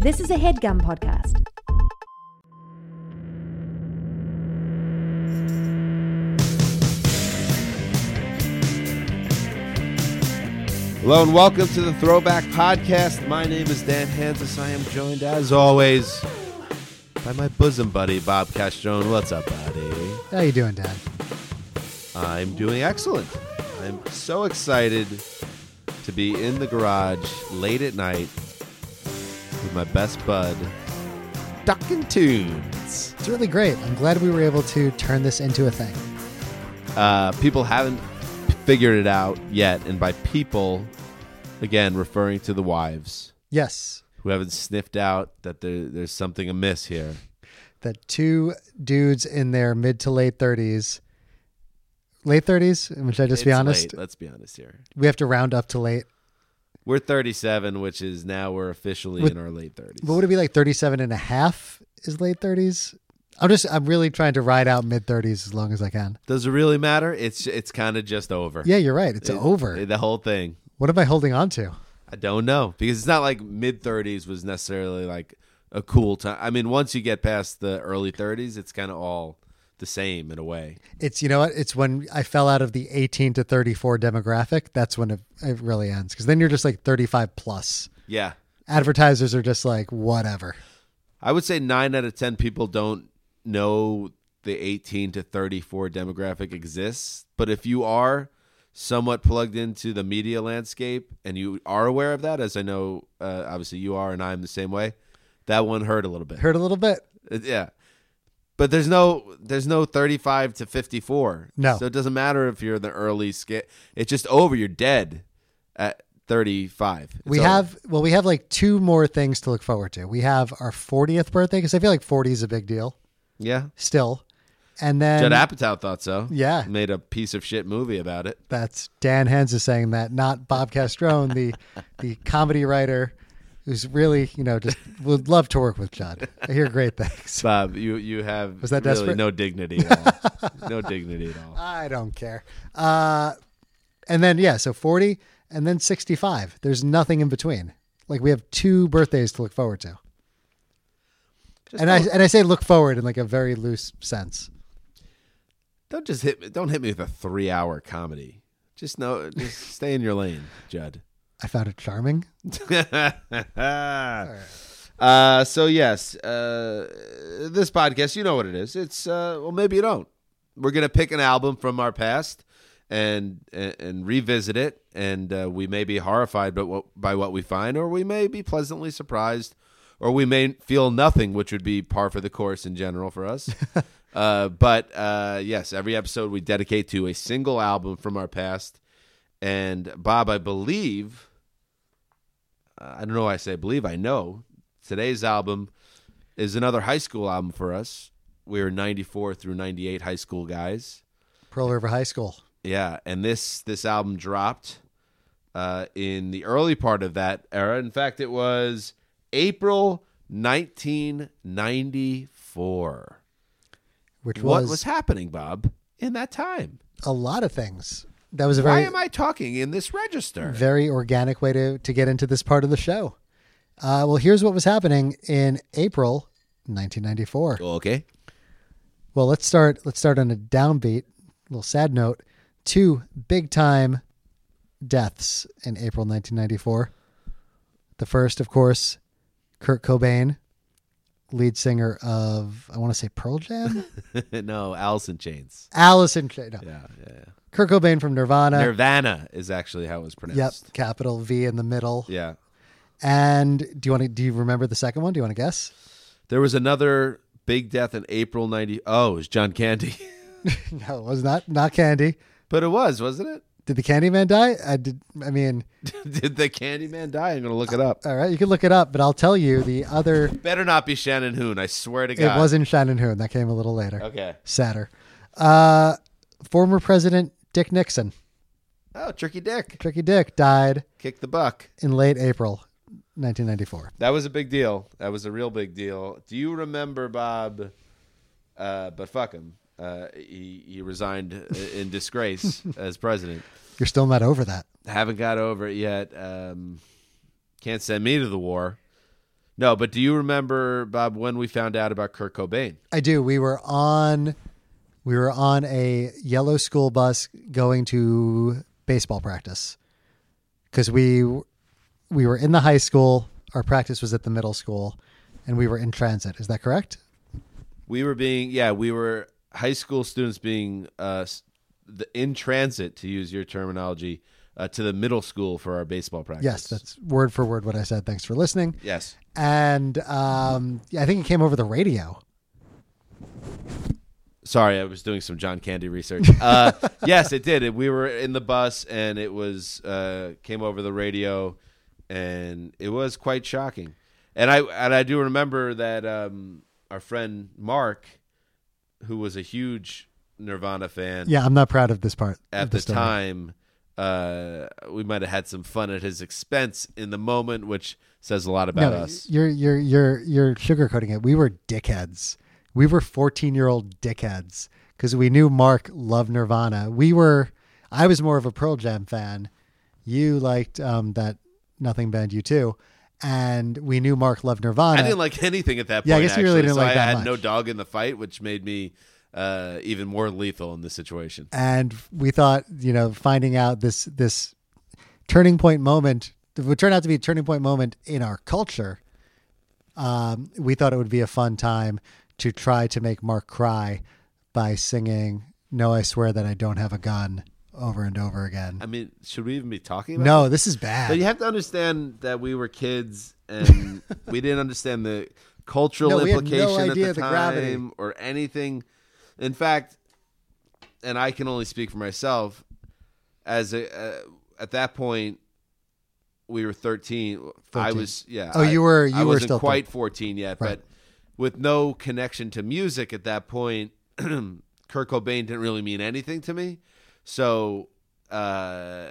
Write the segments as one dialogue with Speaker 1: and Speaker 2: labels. Speaker 1: This is a headgum podcast.
Speaker 2: Hello and welcome to the Throwback Podcast. My name is Dan Hansis. I am joined, as always, by my bosom buddy, Bob Castrone. What's up, buddy?
Speaker 3: How you doing, Dan?
Speaker 2: I'm doing excellent. I'm so excited to be in the garage late at night with my best bud, Duckin' Tunes.
Speaker 3: It's really great. I'm glad we were able to turn this into a thing.
Speaker 2: Uh, people haven't figured it out yet, and by people, again, referring to the wives
Speaker 3: Yes,
Speaker 2: who haven't sniffed out that there, there's something amiss here.
Speaker 3: that two dudes in their mid to late 30s, late 30s, which I just be
Speaker 2: It's
Speaker 3: honest,
Speaker 2: late. Let's be honest here.
Speaker 3: we have to round up to late.
Speaker 2: We're 37, which is now we're officially
Speaker 3: With-
Speaker 2: in our late 30s.
Speaker 3: What would it be like 37 and a half is late 30s? I'm just, I'm really trying to ride out mid 30s as long as I can.
Speaker 2: Does it really matter? It's it's kind of just over.
Speaker 3: Yeah, you're right. It's
Speaker 2: It-
Speaker 3: over.
Speaker 2: The whole thing.
Speaker 3: what am I holding on to?
Speaker 2: I don't know because it's not like mid 30s was necessarily like a cool time. I mean, once you get past the early 30s, it's kind of all the same in a way.
Speaker 3: It's, you know what? It's when I fell out of the 18 to 34 demographic. That's when it, it really ends. Cause then you're just like 35 plus.
Speaker 2: Yeah.
Speaker 3: advertisers are just like whatever
Speaker 2: I would say 9 out of 10 people don't know the 18 to 34 demographic exists, but if you are somewhat plugged into the media landscape and you are aware of that as I know uh, obviously you are and I'm the same way, that one hurt a little bit.
Speaker 3: hurt a little bit
Speaker 2: It- Yeah. But there's no there's no 35 to 54.
Speaker 3: No.
Speaker 2: So it doesn't matter if you're in the early skit. It's just over. You're dead at 35. It's
Speaker 3: we
Speaker 2: over.
Speaker 3: have well we have like two more things to look forward to we have our 40th birthday because i feel like 40 is a big deal
Speaker 2: yeah.
Speaker 3: still and then
Speaker 2: Judd Apatow thought so.
Speaker 3: Yeah.
Speaker 2: Made a piece of shit movie about it.
Speaker 3: that's dan hens is saying that not bob castrone the the comedy writer who's really you know just would love to work with john i hear great things
Speaker 2: Bob, you you have
Speaker 3: Was that
Speaker 2: really
Speaker 3: desperate?
Speaker 2: no dignity at all. no dignity at all.
Speaker 3: i don't care uh and then yeah so 40 and then 65 there's nothing in between like we have two birthdays to look forward to
Speaker 2: Just
Speaker 3: and I
Speaker 2: don't,
Speaker 3: and I say look forward in like a very loose sense.
Speaker 2: don't just hit me don't hit me with a 3-hour comedy. Just know just stay in your lane, Judd.
Speaker 3: I found it charming.
Speaker 2: Uh, so yes, uh, this podcast, you know what it is. It's uh, well, maybe you don't. We're gonna pick an album from our past and and, and revisit it, and uh, we may be horrified, but what, by what we find, or we may be pleasantly surprised, or we may feel nothing, which would be par for the course in general for us. uh, but uh, yes, every episode we dedicate to a single album from our past, and Bob, I believe. I don't know why I say believe, I know. Today's album is another high school album for us. We were 94 through 98 high school guys.
Speaker 3: Pearl River High School.
Speaker 2: Yeah, and this this album dropped uh, in the early part of that era. In fact, it was April 1994.
Speaker 3: Which
Speaker 2: what
Speaker 3: was,
Speaker 2: was happening, Bob, in that time?
Speaker 3: a lot of things. That was a
Speaker 2: Why
Speaker 3: very
Speaker 2: am I talking in this register?
Speaker 3: very organic way to, to get into this part of the show. Uh, well, here's what was happening in April 1994.
Speaker 2: Oh, okay.
Speaker 3: Well, let's start. Let's start on a downbeat, little sad note. Two big time deaths in April 1994. The first, of course, Kurt Cobain, lead singer of I want to say Pearl Jam,
Speaker 2: no, Alice in Chains.
Speaker 3: Allison. Ch- No,
Speaker 2: Yeah, yeah.
Speaker 3: Kurt Cobain from Nirvana.
Speaker 2: Nirvana is actually how it was
Speaker 3: Uh, yep,
Speaker 2: pronounced.
Speaker 3: capital V in the middle.
Speaker 2: Yeah.
Speaker 3: And do you want to? Do you remember the second one? Do you want to guess?
Speaker 2: There was another big death in April 90. Oh, it was John Candy.
Speaker 3: no, it was not not Candy.
Speaker 2: but it was, wasn't
Speaker 3: Did the Candyman die? I did. I mean,
Speaker 2: it? Did the Candyman die? I'm going to look it up.
Speaker 3: all right, you can look it up, but I'll tell you the other.
Speaker 2: Better not be Shannon Hoon. I swear to
Speaker 3: It
Speaker 2: God.
Speaker 3: wasn't Shannon Hoon. That came a little later.
Speaker 2: Okay.
Speaker 3: Sadder. Uh, former President Dick Nixon,
Speaker 2: Oh, Tricky Dick.
Speaker 3: Tricky Dick, died
Speaker 2: Kick the buck.
Speaker 3: in late April 1994.
Speaker 2: That was a big deal. That was a real big deal. Do you remember, Bob? Uh, but fuck him. Uh, he, he resigned in disgrace as president.
Speaker 3: You're still not over that.
Speaker 2: haven't got over it yet. Um, can't send me to the war. No, but do you remember, Bob, when we found out about Kurt Cobain?
Speaker 3: I do. We were on we were on a yellow school bus going to baseball practice cuz we we were in the high school, our practice was at the middle school and we were in transit. Is that correct?
Speaker 2: We were being, yeah, we were high school students being uh, s- the, in transit, to use your terminology, uh, to the middle school for our baseball practice.
Speaker 3: Yes, that's word for word what I said. Thanks for listening.
Speaker 2: yes.
Speaker 3: And um, yeah, I think it came over the radio.
Speaker 2: Sorry, I was doing some John Candy research. Uh, yes, it did. We were in the bus, and it was uh, came over the radio, and it was quite shocking. And I and I do remember that um, our friend Mark, who was a huge Nirvana fan,
Speaker 3: Yeah, I'm not proud of this part
Speaker 2: at
Speaker 3: of the
Speaker 2: the
Speaker 3: story.
Speaker 2: time, uh, we might have had some fun at his expense in the moment, which says a lot about us.
Speaker 3: You're you're you're you're sugarcoating it. We were dickheads. We were 14 year old dickheads because we knew Mark loved Nirvana. We were. I was more of a Pearl Jam fan. You liked um, that Nothing Band you too, and we knew Mark loved Nirvana.
Speaker 2: I didn't like anything at that point.
Speaker 3: Yeah, I guess you really
Speaker 2: actually,
Speaker 3: didn't
Speaker 2: so
Speaker 3: like
Speaker 2: I
Speaker 3: that
Speaker 2: had
Speaker 3: much.
Speaker 2: no dog in the fight, which made me uh, even more lethal in this situation.
Speaker 3: and we thought you know finding out this this turning point moment it would turn out to be a turning point moment in our culture um, we thought it would be a fun time to try to make mark cry by singing no i swear that i don't have a gun over and over again
Speaker 2: I mean, should we even be talking about? that?
Speaker 3: no this is
Speaker 2: But
Speaker 3: bad
Speaker 2: you have to understand that we were kids and we didn't understand the cultural
Speaker 3: No, we had no
Speaker 2: implication
Speaker 3: idea
Speaker 2: at
Speaker 3: the
Speaker 2: the
Speaker 3: gravity.
Speaker 2: time or anything. In fact, and I can only speak for myself. As a uh, at that point, we were thirteen. I
Speaker 3: 13.
Speaker 2: was yeah.
Speaker 3: Oh,
Speaker 2: I-
Speaker 3: you were-
Speaker 2: I
Speaker 3: you were
Speaker 2: wasn't
Speaker 3: still
Speaker 2: quite fourteen yet,
Speaker 3: Right.
Speaker 2: but with no connection to music at that point, Kurt Cobain didn't really mean anything to me. So. uh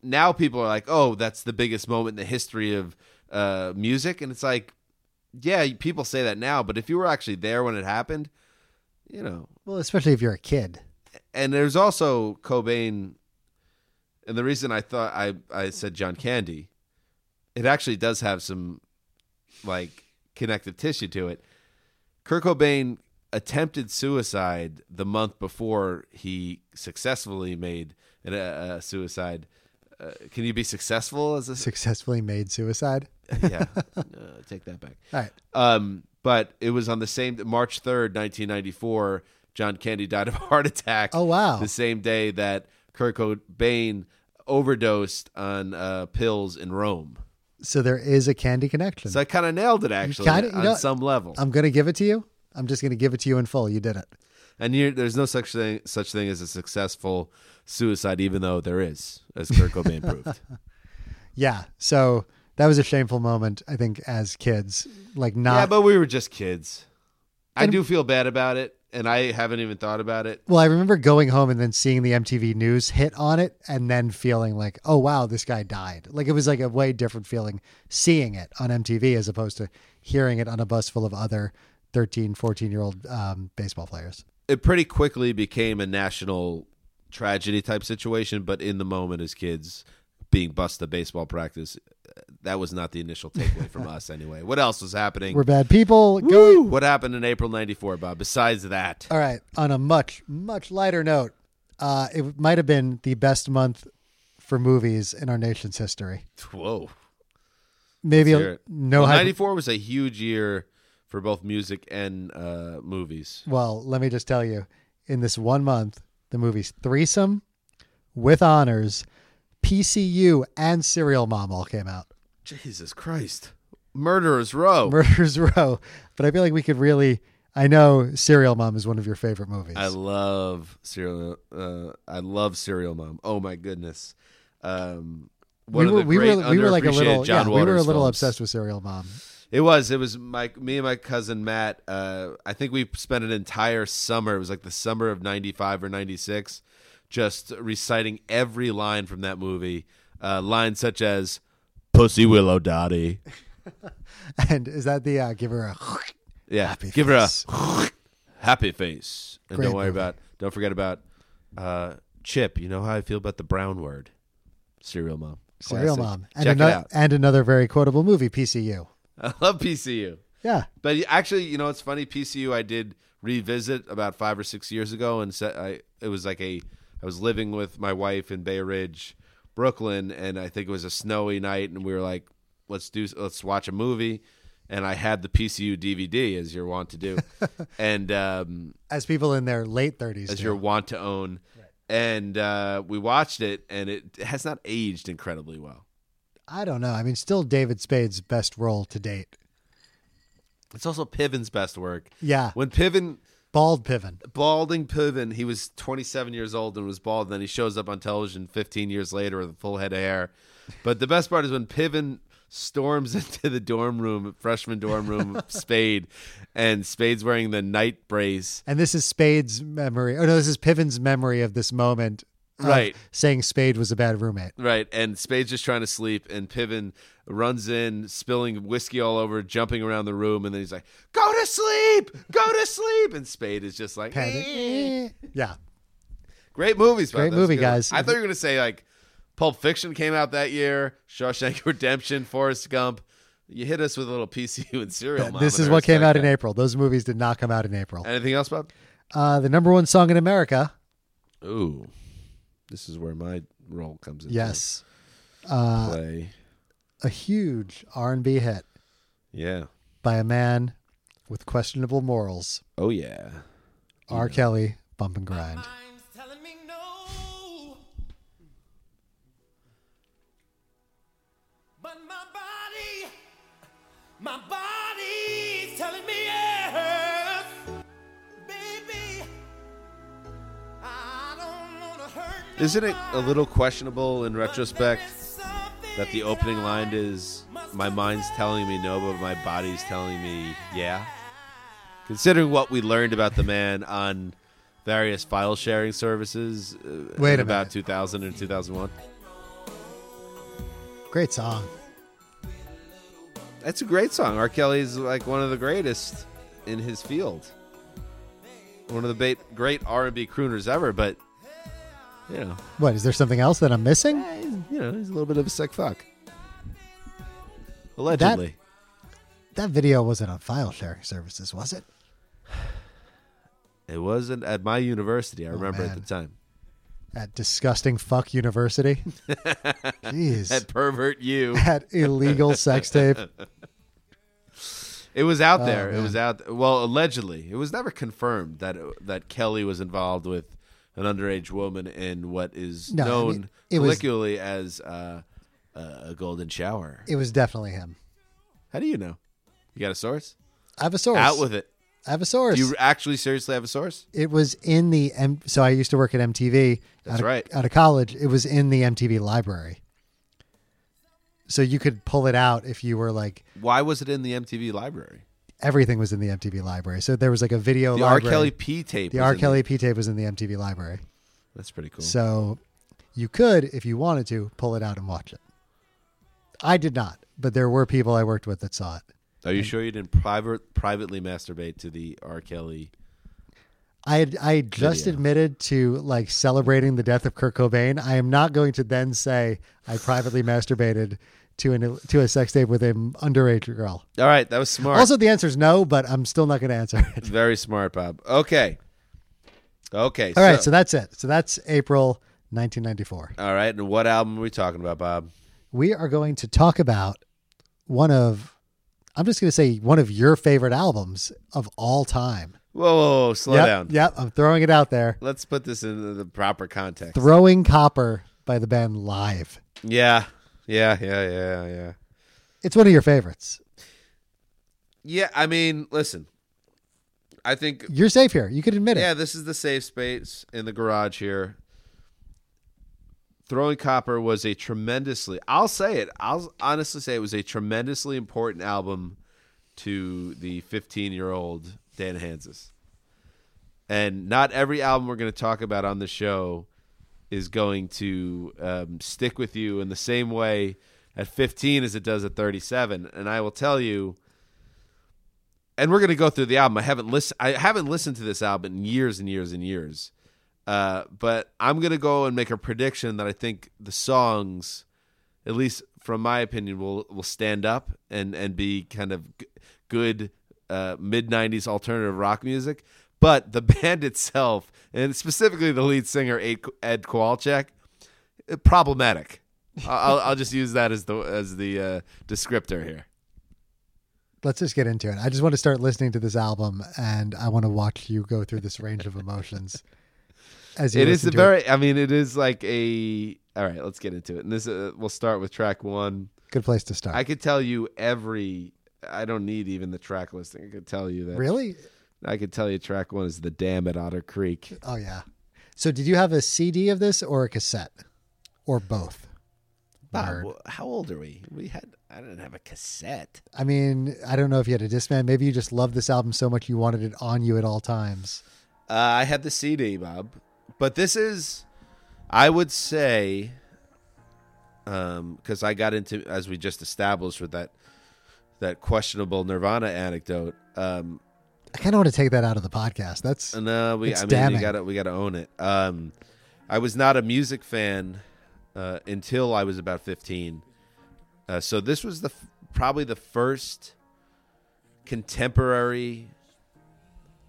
Speaker 2: now people are like, "Oh, that's the biggest moment in the history of uh, music," and it's like, yeah, people say that now, but if you were actually there when it happened, you know.
Speaker 3: well especially if you're a kid
Speaker 2: And there's also Cobain, and the reason I thought I I said John Candy, it actually does have some like connective tissue to it. Kurt Cobain attempted suicide the month before he successfully made an, uh, a suicide. Uh, can you be successful as a
Speaker 3: successfully made suicide
Speaker 2: yeah, uh, take that back.
Speaker 3: all right
Speaker 2: Um, but it was on the same March third, nineteen ninety four. John Candy died of a heart attack.
Speaker 3: Oh, wow.
Speaker 2: The same day that Kurt Cobain overdosed on uh, pills in Rome.
Speaker 3: so there is a candy connection
Speaker 2: So I kind of nailed it actually
Speaker 3: kinda- you
Speaker 2: on
Speaker 3: know- um,
Speaker 2: some level.
Speaker 3: i'm gonna give it to you i'm just gonna give it to you in full you did it
Speaker 2: and you there's no such thing such thing as a successful suicide, even though there is, as Kurt Cobain proved.
Speaker 3: Uh, Yeah. So that was a shameful moment, I think, as kids. Like not
Speaker 2: yeah, but we were just kids. I do feel bad about it, and I haven't even thought about it.
Speaker 3: well, I remember going home and then seeing the MTV news hit on it and then feeling like, oh wow, this guy died. Like it was like a way different feeling seeing it on MTV as opposed to hearing it on a bus full of other 13, 14 year old um, baseball players.
Speaker 2: it pretty quickly became a national tragedy type situation but in the moment as kids being bused to baseball practice uh, that was not the initial takeaway from us anyway what else was happening
Speaker 3: We're bad people. Go
Speaker 2: what happened in april 94 bob besides that
Speaker 3: All right. On a much, much lighter note, uh, it might have been the best month for movies in our nation's history.
Speaker 2: whoa
Speaker 3: Maybe
Speaker 2: Let's hear
Speaker 3: a,
Speaker 2: it.
Speaker 3: no
Speaker 2: Well,
Speaker 3: hyper-
Speaker 2: 94 was a huge year for both music and uh, movies
Speaker 3: Well, let me just tell you, in this one month, the movies Threesome, With Honors, PCU, and Serial Mom all came out.
Speaker 2: jesus christ murderers row
Speaker 3: Murderers Row. But I feel like we could really. I know Serial Mom is one of your favorite movies.
Speaker 2: I love serial. Uh, I love Serial Mom. Oh my goodness. Um, one
Speaker 3: we were,
Speaker 2: of the
Speaker 3: we
Speaker 2: great
Speaker 3: were, we were like a
Speaker 2: underappreciated
Speaker 3: little,
Speaker 2: John
Speaker 3: yeah, we
Speaker 2: Waters
Speaker 3: were a little
Speaker 2: films.
Speaker 3: obsessed with Serial Mom.
Speaker 2: It was. It was my me and my cousin Matt. Uh, I think we spent an entire summer. It was like the summer of '95 or '96, just reciting every line from that movie. Uh, lines such as "Pussy Willow Dottie,"
Speaker 3: And is that the uh, give her a?
Speaker 2: yeah,
Speaker 3: Happy
Speaker 2: give her
Speaker 3: face.
Speaker 2: a happy face, and
Speaker 3: Great
Speaker 2: don't worry
Speaker 3: movie.
Speaker 2: about, don't forget about uh, Chip. You know how I feel about the brown word, serial mom.
Speaker 3: Serial
Speaker 2: Classic.
Speaker 3: Mom, and,
Speaker 2: Check
Speaker 3: ano-
Speaker 2: it out.
Speaker 3: and another very quotable movie, PCU.
Speaker 2: I love PCU.
Speaker 3: Yeah.
Speaker 2: But y- actually, you know, it's funny. PCU, I did revisit about five or six years ago, and set, I it was like a I was living with my wife in Bay Ridge, Brooklyn, and I think it was a snowy night, and we were like, let's do let's watch a movie, and I had the PCU DVD as you're wont to do, and um,
Speaker 3: As people in their late 30s.
Speaker 2: as
Speaker 3: do.
Speaker 2: you're wont to own, and uh, we watched it, and it has not aged incredibly well.
Speaker 3: I don't know. I mean, still David Spade's best role to date.
Speaker 2: It's also Piven's best work.
Speaker 3: Yeah.
Speaker 2: When Piven
Speaker 3: Bald Piven.
Speaker 2: balding Piven. He was 27 years old and was bald. And then he shows up on television 15 years later with a full head of hair. But the best part is when Piven storms into the dorm room, freshman dorm room, of Spade, and Spade's wearing the night brace.
Speaker 3: And this is Spade's memory. Oh, no, this is Piven's memory of this moment. of
Speaker 2: Right.
Speaker 3: Saying Spade was a bad roommate.
Speaker 2: Right, and Spade's just trying to sleep, and Piven runs in, spilling whiskey all over, jumping around the room, and then he's like, "Go to sleep, go to sleep," and Spade is just like,
Speaker 3: Panic. Eh. yeah.
Speaker 2: Great movies, by
Speaker 3: Great
Speaker 2: the way. That's
Speaker 3: movie,
Speaker 2: good.
Speaker 3: guys.
Speaker 2: I thought you were gonna say like Pulp Fiction came out that year, Shawshank Redemption, Forrest Gump. You hit us with a little PCU and serial. Mom
Speaker 3: This
Speaker 2: and
Speaker 3: is
Speaker 2: I
Speaker 3: what came
Speaker 2: respect
Speaker 3: out in
Speaker 2: that.
Speaker 3: April. Those movies did not come out in April.
Speaker 2: Anything else, Bob?
Speaker 3: Uh, the number one song in America.
Speaker 2: Ooh, this is where my role comes in.
Speaker 3: Yes.
Speaker 2: play.
Speaker 3: A huge R&B hit
Speaker 2: Yeah.
Speaker 3: by a man with questionable morals.
Speaker 2: Oh yeah.
Speaker 3: R. Kelly, Bump and Grind.
Speaker 4: mind's telling me no. But my body, my body's telling me yes. Baby, I don't want to hurt
Speaker 2: Isn't it a
Speaker 4: nobody,
Speaker 2: little questionable in
Speaker 4: but there
Speaker 2: retrospect
Speaker 4: is something
Speaker 2: that the opening
Speaker 4: I
Speaker 2: line is "My mind's telling me no, but my body's telling me yeah"? Considering what we learned about the man on various file sharing services, uh,
Speaker 3: Wait
Speaker 2: in
Speaker 3: a
Speaker 2: about
Speaker 3: minute.
Speaker 2: 2000 and 2001.
Speaker 3: Great song.
Speaker 2: That's a great song. R. Kelly's like one of the greatest in his field. One of the ba- great R&B crooners ever, but you know,
Speaker 3: What, is there something else that I'm missing?
Speaker 2: eh, he's- you know, he's a little bit of a sick fuck. Allegedly.
Speaker 3: That video wasn't on file sharing services, was it?
Speaker 2: It wasn't at my university. I remember at
Speaker 3: Oh, man.
Speaker 2: the time.
Speaker 3: At disgusting fuck university. Jeez.
Speaker 2: At pervert you.
Speaker 3: that illegal sex tape.
Speaker 2: It was out there. It
Speaker 3: man.
Speaker 2: was out. Well, allegedly, it was never confirmed that uh, that Kelly was involved with an underage woman in what is
Speaker 3: No, I
Speaker 2: known
Speaker 3: mean, it was-
Speaker 2: colloquially as uh, uh, a golden shower.
Speaker 3: It was definitely him.
Speaker 2: How do you know? You got a source?
Speaker 3: I have a source.
Speaker 2: Out with it.
Speaker 3: I have a source.
Speaker 2: Do you actually seriously have a source?
Speaker 3: it was in the M- so I used to work at MTV.
Speaker 2: That's
Speaker 3: out of,
Speaker 2: right.
Speaker 3: Out of college, it was in the MTV library. So you could pull it out if you were like
Speaker 2: Why was it in the MTV library?
Speaker 3: everything was in the MTV library. So there was like a video
Speaker 2: The
Speaker 3: library.
Speaker 2: R. Kelly P tape.
Speaker 3: the
Speaker 2: was
Speaker 3: R.
Speaker 2: in
Speaker 3: Kelly
Speaker 2: there.
Speaker 3: P tape was in the MTV library.
Speaker 2: That's pretty cool.
Speaker 3: So you could, if you wanted to, pull it out and watch it. I did not, but there were people I worked with that saw it.
Speaker 2: Are you sure you didn't private privately masturbate to the R. Kelly?
Speaker 3: I had I had just
Speaker 2: Video.
Speaker 3: admitted to like celebrating the death of Kurt Cobain. I am not going to then say I privately masturbated to an to a sex tape with an underage girl.
Speaker 2: All right, that was smart.
Speaker 3: Also, the answer is no, but I'm still not going to answer it.
Speaker 2: Very smart, Bob. Okay. Okay.
Speaker 3: All right, so, that's it. So that's April 1994.
Speaker 2: all right, and what album are we talking about, Bob?
Speaker 3: We are going to talk about one of I'm just going to say one of your favorite albums of all time.
Speaker 2: Whoa, whoa, whoa, slow
Speaker 3: yep,
Speaker 2: down.
Speaker 3: Yep, I'm throwing it out there.
Speaker 2: Let's put this in the proper context.
Speaker 3: Throwing Copper by the band Live.
Speaker 2: yeah. Yeah, yeah, yeah, yeah.
Speaker 3: It's one of your favorites.
Speaker 2: Yeah, I mean, listen. I think
Speaker 3: You're safe here. You could admit it.
Speaker 2: yeah, this is the safe space in the garage here. Throwing Copper was a tremendously I'll say it. I'll honestly say it was a tremendously important album to the 15-year-old Dan Hansis. And not every album we're going to talk about on the show is going to um, stick with you in the same way at 15 as it does at 37. And I will tell you, and we're going to go through the album. I haven't listened. I haven't listened to this album in years and years and years. Uh, but I'm going to go and make a prediction that I think the songs, at least from my opinion, will will stand up and and be kind of g- good uh, mid '90s alternative rock music. But the band itself, and specifically the lead singer Ed, Ed Kowalczyk, eh, problematic. I- I'll, I'll just use that as the as the uh, descriptor here.
Speaker 3: Let's just get into it. I just want to start listening to this album, and I want to watch you go through this range of emotions. As you
Speaker 2: It is
Speaker 3: listen
Speaker 2: a
Speaker 3: to
Speaker 2: very. I mean, it is like a. All right, let's get into it. And this uh, we'll start with track one.
Speaker 3: good place to start.
Speaker 2: I could tell you every. I don't need even the track listing. I could tell you that.
Speaker 3: really?
Speaker 2: I could tell you track one is the dam at Otter Creek.
Speaker 3: Oh yeah. So did you have a CD of this or a cassette, or both?
Speaker 2: Bob, wh- how old are we? We had. I didn't have a cassette.
Speaker 3: I mean, I don't know if you had a Discman. Maybe you just loved this album so much you wanted it on you at all times.
Speaker 2: Uh, I had the CD, Bob. But this is, I would say, because I got into as we just established with that that questionable Nirvana anecdote. Um,
Speaker 3: I kind of want to take that out of the podcast. That's
Speaker 2: Uh, No, we.
Speaker 3: It's
Speaker 2: I mean,
Speaker 3: damning.
Speaker 2: we gotta we gotta own it. Um, I was not a music fan uh, until I was about fifteen. Uh, so this was the f- probably the first contemporary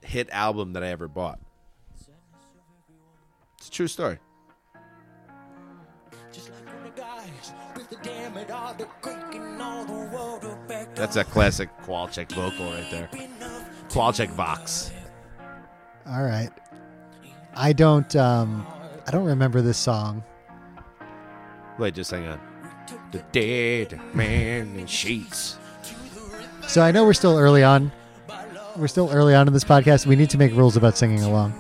Speaker 2: hit album that I ever bought. It's a true story.
Speaker 4: Just like when the guys with the dam at all the creek and all the world are back
Speaker 2: That's a classic Qualcheck vocal right there. Qualcheck Vox.
Speaker 3: all right. I don't. Um, I don't remember this song.
Speaker 2: Wait, just hang on. The dead man in sheets.
Speaker 3: So I know we're still early on. We're still early on in this podcast. We need to make rules about singing along.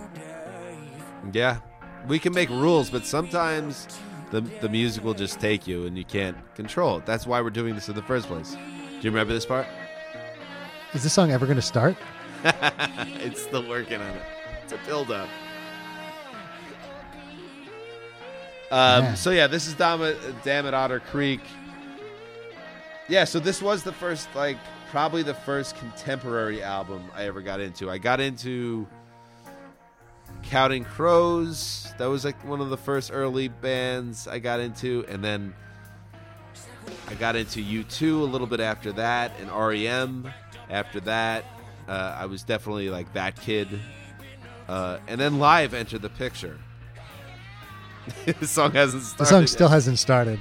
Speaker 2: Yeah, we can make rules, but sometimes the the music will just take you, and you can't control it. That's why we're doing this in the first place. Do you remember this part?
Speaker 3: Is this song ever going to start?
Speaker 2: it's still working on it. It's a build up. Um,
Speaker 3: Man.
Speaker 2: so yeah, this is Dam Dam at Otter Creek. Yeah, so this was the first, like, probably the first contemporary album I ever got into. I got into Counting Crows. That was like one of the first early bands I got into, and then I got into U2 a little bit after that, and REM after that. Uh, I was definitely like that kid. Uh, and then live entered the picture. this song hasn't started.
Speaker 3: The song
Speaker 2: yet.
Speaker 3: still hasn't started.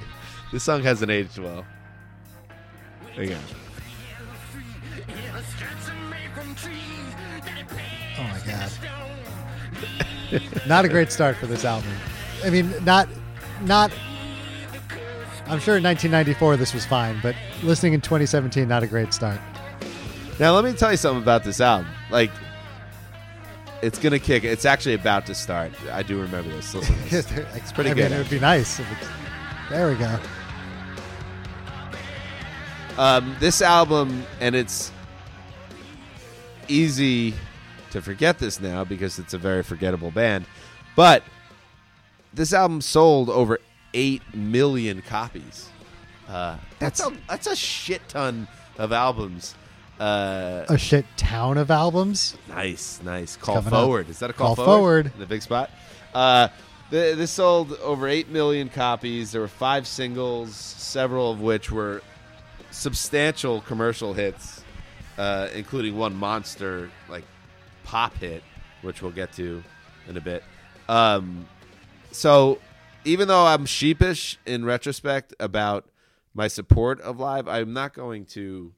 Speaker 2: This song hasn't aged well. There you go.
Speaker 3: Oh my god. not a great start for this album. I mean, not not I'm sure in 1994 this was fine, but listening in 2017 not a great start.
Speaker 2: Now let me tell you something about this album. Like, it's gonna kick. It's actually about to start. I do remember this. Listen to this.
Speaker 3: it's
Speaker 2: pretty
Speaker 3: I
Speaker 2: good,
Speaker 3: Mean, it would be nice. If it's, there we go.
Speaker 2: um, this album, and it's easy to forget this now because it's a very forgettable band. But this album sold over eight million copies. Uh, that's a that's a shit ton of albums. Uh,
Speaker 3: A shit town of albums.
Speaker 2: Nice, nice. Call
Speaker 3: coming up.
Speaker 2: forward. Is that a call,
Speaker 3: Call forward.
Speaker 2: In the big spot. Uh, th- this sold over 8 million copies. There were five singles, several of which were substantial commercial hits, uh, including one monster, like, pop hit, which we'll get to in a bit. Um, so even though I'm sheepish in retrospect about my support of live, I'm not going to.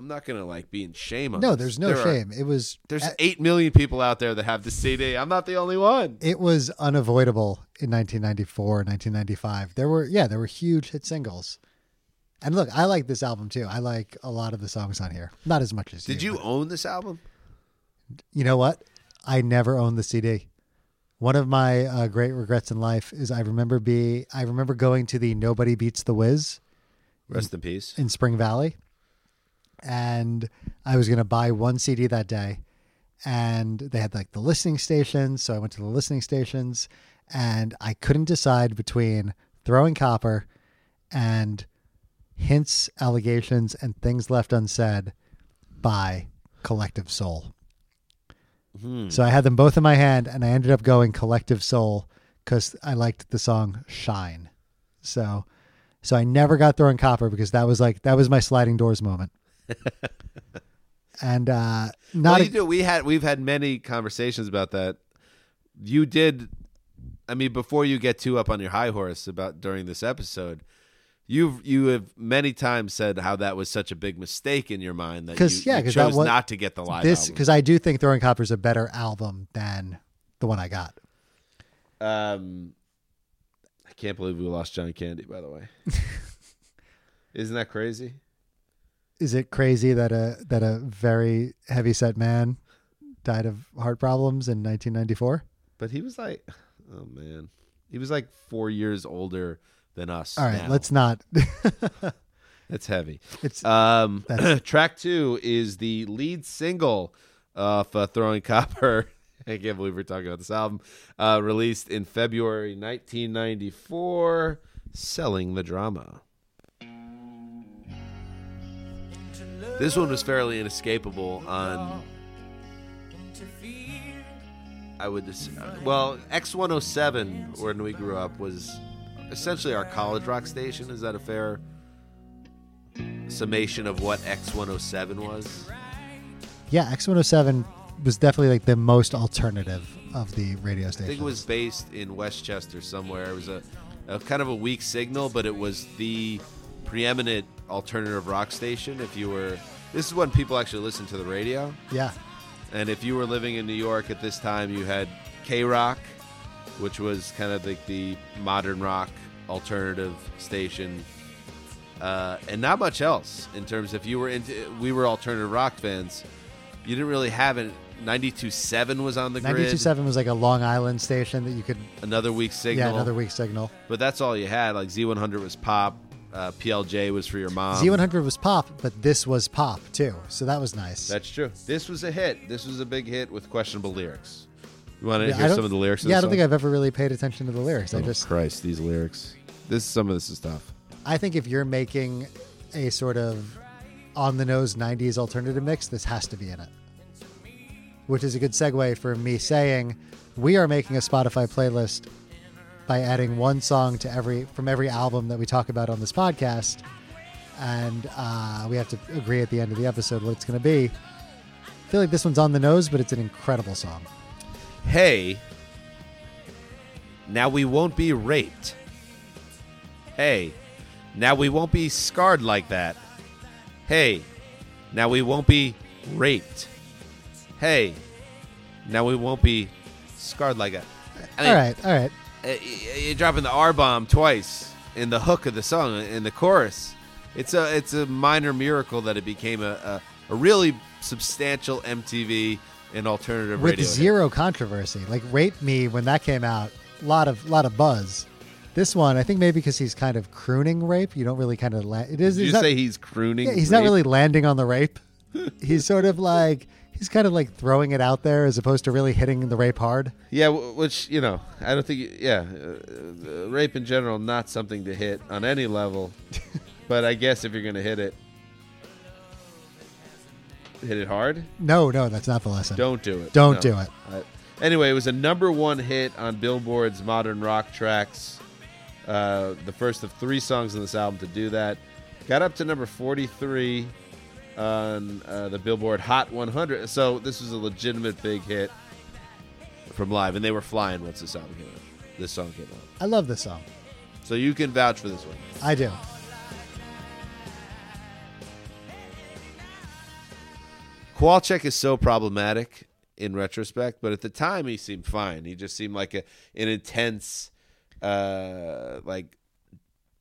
Speaker 2: I'm not gonna like be in shame on.
Speaker 3: No,
Speaker 2: this.
Speaker 3: there's no
Speaker 2: There are-
Speaker 3: shame. it was
Speaker 2: there's eight million people out there that have the CD. I'm not the only one.
Speaker 3: it was unavoidable in 1994 1995 there were yeah there were huge hit singles and look i like this album too i like a lot of the songs on here not as much as
Speaker 2: Did you
Speaker 3: but-
Speaker 2: own this album?
Speaker 3: you know what i never owned the cd one of my uh, great regrets in life is i remember be i remember going to the nobody beats the whiz
Speaker 2: Rest in peace.
Speaker 3: in Spring Valley, and I was gonna buy one CD that day, and they had like the listening stations, so I went to the listening stations, and I couldn't decide between throwing copper and hints, allegations, and things left unsaid by Collective Soul.
Speaker 2: Hmm.
Speaker 3: So I had them both in my hand, and I ended up going Collective Soul because I liked the song Shine. So So I never got throwing copper because that was like that was my sliding doors moment. and uh not
Speaker 2: well,
Speaker 3: a-
Speaker 2: you do. We had we've had many conversations about that. You did. I mean, before you get too up on your high horse about during this episode, you've you have many times said how that was such a big mistake in your mind that
Speaker 3: 'Cause,
Speaker 2: you,
Speaker 3: yeah,
Speaker 2: you
Speaker 3: 'cause that
Speaker 2: chose
Speaker 3: was-
Speaker 2: not to get the live
Speaker 3: this
Speaker 2: album.
Speaker 3: because I do think throwing copper is a better album than the one I got.
Speaker 2: Um, I can't believe we lost John Candy. By the way, isn't that crazy?
Speaker 3: Is it crazy that a that a very heavy set man died of heart problems in 1994?
Speaker 2: But he was like, oh man, he was like four years older than us.
Speaker 3: All right,
Speaker 2: now.
Speaker 3: let's not.
Speaker 2: That's heavy.
Speaker 3: it's
Speaker 2: Um,
Speaker 3: That's-
Speaker 2: track two is the lead single of uh, Throwing Copper. I can't believe we're talking about this album. Uh, released in February 1994, Selling the Drama. This one was fairly inescapable on. I would just. Well, X107, when we grew up, was essentially our college rock station. Is that a fair summation of what X107 was.
Speaker 3: yeah, X107 was definitely like the most alternative of the radio
Speaker 2: I
Speaker 3: stations.
Speaker 2: think it was based in Westchester somewhere. It was a, a kind of a weak signal, but it was the preeminent alternative rock station. If you were, this is when people actually listened to the radio.
Speaker 3: yeah.
Speaker 2: And if you were living in New York at this time, you had K Rock, which was kind of like the modern rock alternative station, uh, and not much else in terms. If you were into, we were alternative rock fans. You didn't really have it. Ninety-two-seven was on the grid.
Speaker 3: 92.7 was like a Long Island station that you could
Speaker 2: Another weak signal.
Speaker 3: yeah another weak signal.
Speaker 2: But that's all you had. Like Z100 was pop. Uh, PLJ was for your mom.
Speaker 3: Z100 was pop, but this was pop too, so that was nice.
Speaker 2: That's true. This was a hit. This was a big hit with questionable lyrics. You want to
Speaker 3: Yeah, I
Speaker 2: hear
Speaker 3: don't-
Speaker 2: some of the lyrics?
Speaker 3: Yeah, I don't think I've ever really paid attention to the lyrics. I just,
Speaker 2: Oh, Christ, these lyrics. This some of this is tough.
Speaker 3: I think if you're making a sort of on the nose '90s alternative mix, this has to be in it. Which is a good segue for me saying, we are making a Spotify playlist by adding one song to every from every album that we talk about on this podcast, and uh, we have to agree at the end of the episode what it's going to be. I feel like this one's on the nose, but it's an incredible song.
Speaker 2: Hey, now we won't be raped. Hey, now we won't be scarred like that. Hey, now we won't be raped. Hey, now we won't be scarred like that. I mean,
Speaker 3: all right, all right.
Speaker 2: uh, y- you're dropping the R bomb twice in the hook of the song in the chorus. It's a it's a minor miracle that it became a, a, a really substantial MTV and alternative
Speaker 3: with
Speaker 2: radio. hit.
Speaker 3: zero controversy. Like "Rape Me" when that came out, lot of lot of buzz. This one, I think maybe because he's kind of crooning rape, you don't really kind of la- it is.
Speaker 2: Did
Speaker 3: he's
Speaker 2: you
Speaker 3: not,
Speaker 2: say he's crooning?
Speaker 3: yeah, he's
Speaker 2: rape?
Speaker 3: not really landing on the rape. he's sort of like he's kind of like throwing it out there as opposed to really hitting the rape hard.
Speaker 2: Yeah, w- which you know, I don't think. Yeah, uh, uh, rape in general not something to hit on any level, but I guess if you're gonna hit it, hit it hard.
Speaker 3: No, no, that's not the lesson.
Speaker 2: Don't do it.
Speaker 3: Don't do it.
Speaker 2: Uh, anyway, it was a number one hit on Billboard's Modern Rock Tracks. Uh, the first of three songs on this album to do that. Got up to number 43 on uh, the Billboard Hot 100. So this was a legitimate big hit from live, and they were flying once this album came out. This song came out.
Speaker 3: I love this song.
Speaker 2: So you can vouch for this one.
Speaker 3: I do.
Speaker 2: Qualcheck is so problematic in retrospect, but at the time he seemed fine. He just seemed like a, an intense, uh, like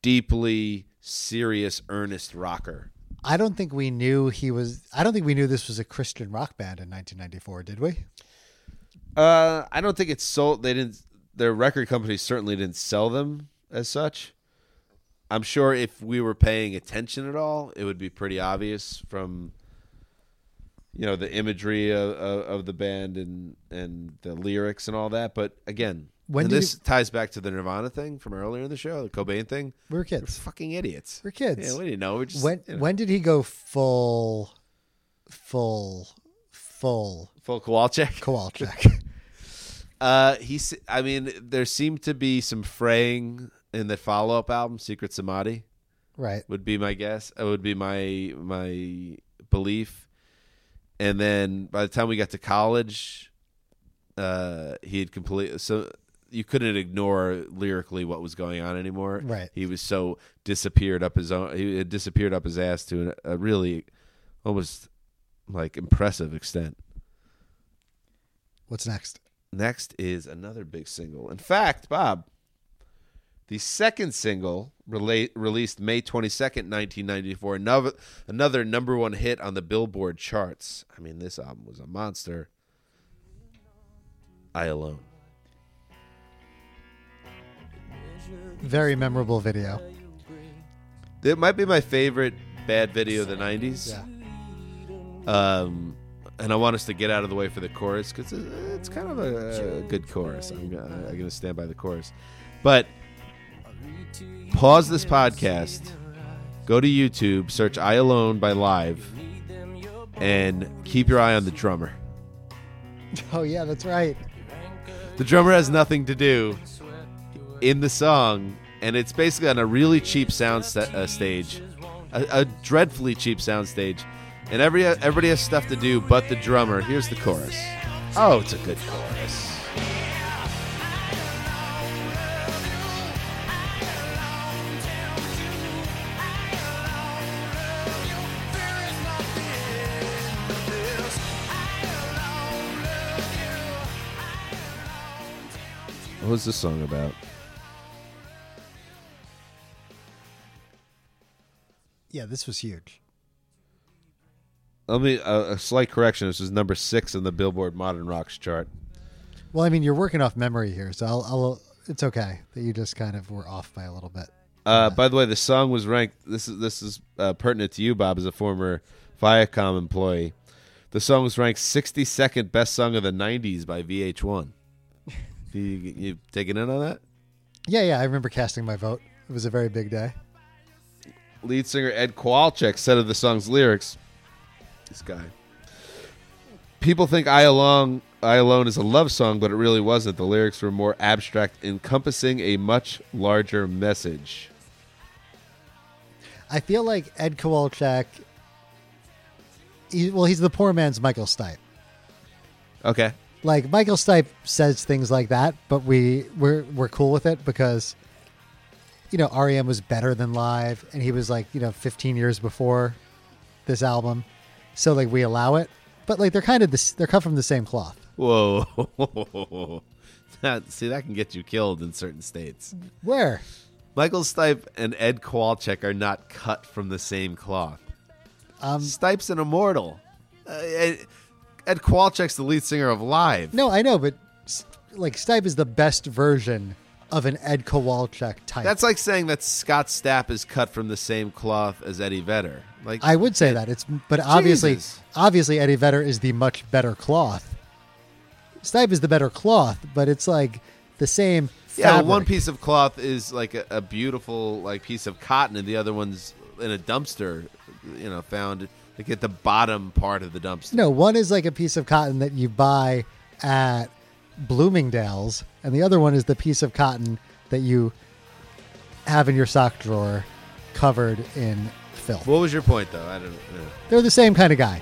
Speaker 2: deeply serious, earnest rocker.
Speaker 3: I don't think we knew he was. I don't think we knew this was a Christian rock band in 1994, did we?
Speaker 2: Uh, I don't think it's sold. They didn't. Their record company certainly didn't sell them as such. I'm sure if we were paying attention at all, it would be pretty obvious from you know the imagery of, of, of the band and and the lyrics and all that. But again,
Speaker 3: When
Speaker 2: and
Speaker 3: did
Speaker 2: this ties back to the Nirvana thing from earlier in the show, the Cobain thing.
Speaker 3: We were
Speaker 2: We're
Speaker 3: kids.
Speaker 2: fucking idiots.
Speaker 3: We're kids.
Speaker 2: Yeah, we didn't know. We're just
Speaker 3: when
Speaker 2: you know,
Speaker 3: when did he go full, full, full
Speaker 2: full Kowalczyk.
Speaker 3: Kowalczyk?
Speaker 2: Uh, he, s- I mean, there seemed to be some fraying in the follow up album, Secret Samadhi,
Speaker 3: Right.
Speaker 2: would be my guess. It would be my my belief. And then by the time we got to college, uh, he had completely so you couldn't ignore lyrically what was going on anymore.
Speaker 3: Right.
Speaker 2: He was so disappeared up his own. He had disappeared up his ass to an, a really almost like impressive extent.
Speaker 3: What's next?
Speaker 2: Next is another big single. In fact, Bob, the second single relate, released May 22nd, 1994, another, another number one hit on the Billboard charts. I mean, this album was a monster. I Alone.
Speaker 3: Very memorable video.
Speaker 2: It might be my favorite bad video of the 90s.
Speaker 3: Yeah.
Speaker 2: Um, and I want us to get out of the way for the chorus because it's kind of a, a good chorus. I'm, gonna- I'm going to stand by the chorus. But pause this podcast, go to YouTube, search I Alone by Live, and keep your eye on the drummer.
Speaker 3: Oh yeah, that's right.
Speaker 2: The drummer has nothing to do in the song, and it's basically on a really cheap sound sta- uh, stage, a, a dreadfully cheap sound stage, and every everybody has stuff to do but the drummer. Here's the chorus. Oh, it's a good chorus. What was this song about?
Speaker 3: Yeah, this was huge.
Speaker 2: Let me uh, a slight correction. This was number six on the Billboard Modern Rocks chart.
Speaker 3: Well, I mean, you're working off memory here, so I'll, I'll it's okay that you just kind of were off by a little bit.
Speaker 2: Uh, by the way, the song was ranked. This is this is uh, pertinent to you, Bob, as a former Viacom employee. The song was ranked 62nd best song of the 90s by VH1. you, you taking in on that?
Speaker 3: Yeah, yeah, I remember casting my vote. It was a very big day.
Speaker 2: Lead singer Ed Kowalczyk said of the song's lyrics, "This guy. People think I alone, I alone is a love song, but it really wasn't. The lyrics were more abstract, encompassing a much larger message."
Speaker 3: I feel like Ed Kowalczyk. He, well, he's the poor man's Michael Stipe.
Speaker 2: Okay.
Speaker 3: Like Michael Stipe says things like that, but we we're we're cool with it because you know REM was better than live, and he was like you know 15 years before this album, so like we allow it. But like they're kind of this, they're cut from the same cloth.
Speaker 2: Whoa. That, see, that can get you killed in certain states.
Speaker 3: Where?
Speaker 2: Michael Stipe and Ed Kowalczyk are not cut from the same cloth.
Speaker 3: Um,
Speaker 2: Stipe's an immortal. Uh, Ed, Ed Kowalczyk's the lead singer of Live.
Speaker 3: No, I know, but s- like Stipe is the best version of an Ed Kowalczyk type.
Speaker 2: That's like saying that Scott Stapp is cut from the same cloth as Eddie Vedder. Like,
Speaker 3: I would say that it's, but obviously,
Speaker 2: Jesus.
Speaker 3: obviously Eddie Vedder is the much better cloth. Stipe is the better cloth, but it's like the same.
Speaker 2: yeah,
Speaker 3: fabric.
Speaker 2: one piece of cloth is like a, a beautiful like piece of cotton, and the other one's in a dumpster. You know, found like at the bottom part of the dumpster.
Speaker 3: No, one is like a piece of cotton that you buy at Bloomingdale's, and the other one is the piece of cotton that you have in your sock drawer, covered in filth.
Speaker 2: What was your point, though? I don't know.
Speaker 3: they're the same kind of guy.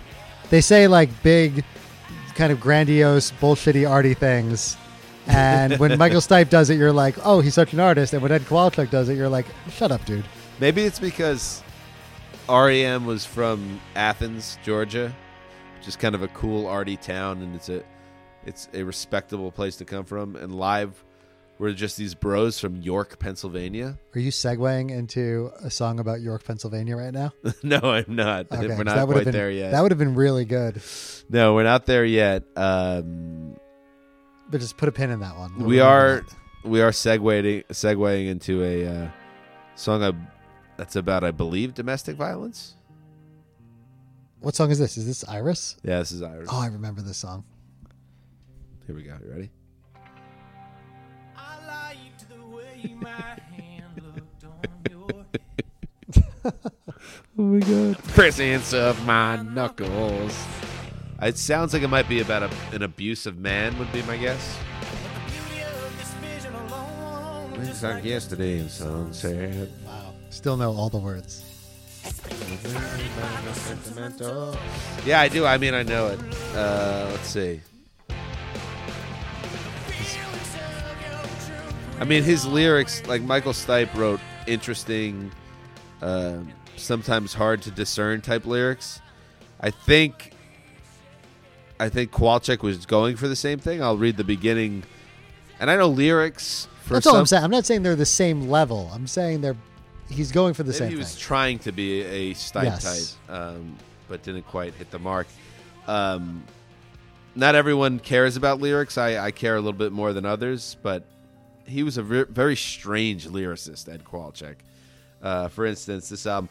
Speaker 3: They say like big, kind of grandiose, bullshitty, arty things. And when Michael Stipe does it, you're like, oh, he's such an artist. And when Ed Kowalczyk does it, you're like, shut up, dude.
Speaker 2: Maybe it's because REM was from Athens, Georgia, which is kind of a cool arty town, and it's a it's a respectable place to come from. And live, were just these bros from York, Pennsylvania.
Speaker 3: Are you segueing into a song about York, Pennsylvania right now?
Speaker 2: no, I'm not.
Speaker 3: 'cause
Speaker 2: we're
Speaker 3: that
Speaker 2: not
Speaker 3: would've
Speaker 2: quite
Speaker 3: been,
Speaker 2: there yet.
Speaker 3: That would have been really good.
Speaker 2: no, we're not there yet. Um,
Speaker 3: But just put a pin in that one. We'll
Speaker 2: we are
Speaker 3: remember
Speaker 2: we are segueing segueing into a uh, song I, that's about, I believe, domestic violence.
Speaker 3: that. What song is this? Is this Iris?
Speaker 2: Yeah, this is Irish.
Speaker 3: Oh, I remember this song.
Speaker 2: Here we go. You ready?
Speaker 4: I liked the way my hand looked on your head.
Speaker 2: Oh my god. Presence of my knuckles. It sounds like it might be about a, an abusive man, would be my guess.
Speaker 4: The beauty of this vision alone
Speaker 2: It's like yesterday and sunset.
Speaker 3: Still know all the words.
Speaker 2: Yeah, I do. I mean, I know it. Uh, let's see. I mean, his lyrics, like Michael Stipe wrote interesting, uh, sometimes hard to discern type lyrics. I think, I think Qualcheck was going for the same thing. I'll read the beginning, and I know lyrics. For
Speaker 3: That's all
Speaker 2: some-
Speaker 3: I'm saying. I'm not saying they're the same level. I'm saying they're. He's going for the
Speaker 2: Maybe
Speaker 3: same
Speaker 2: he
Speaker 3: thing.
Speaker 2: was trying to be a Stipe
Speaker 3: Yes.
Speaker 2: type, um, but didn't quite hit the mark. Um, not everyone cares about lyrics. I, I care a little bit more than others, but he was a ver- very strange lyricist, Ed Qualcheck. Uh, for instance, this album.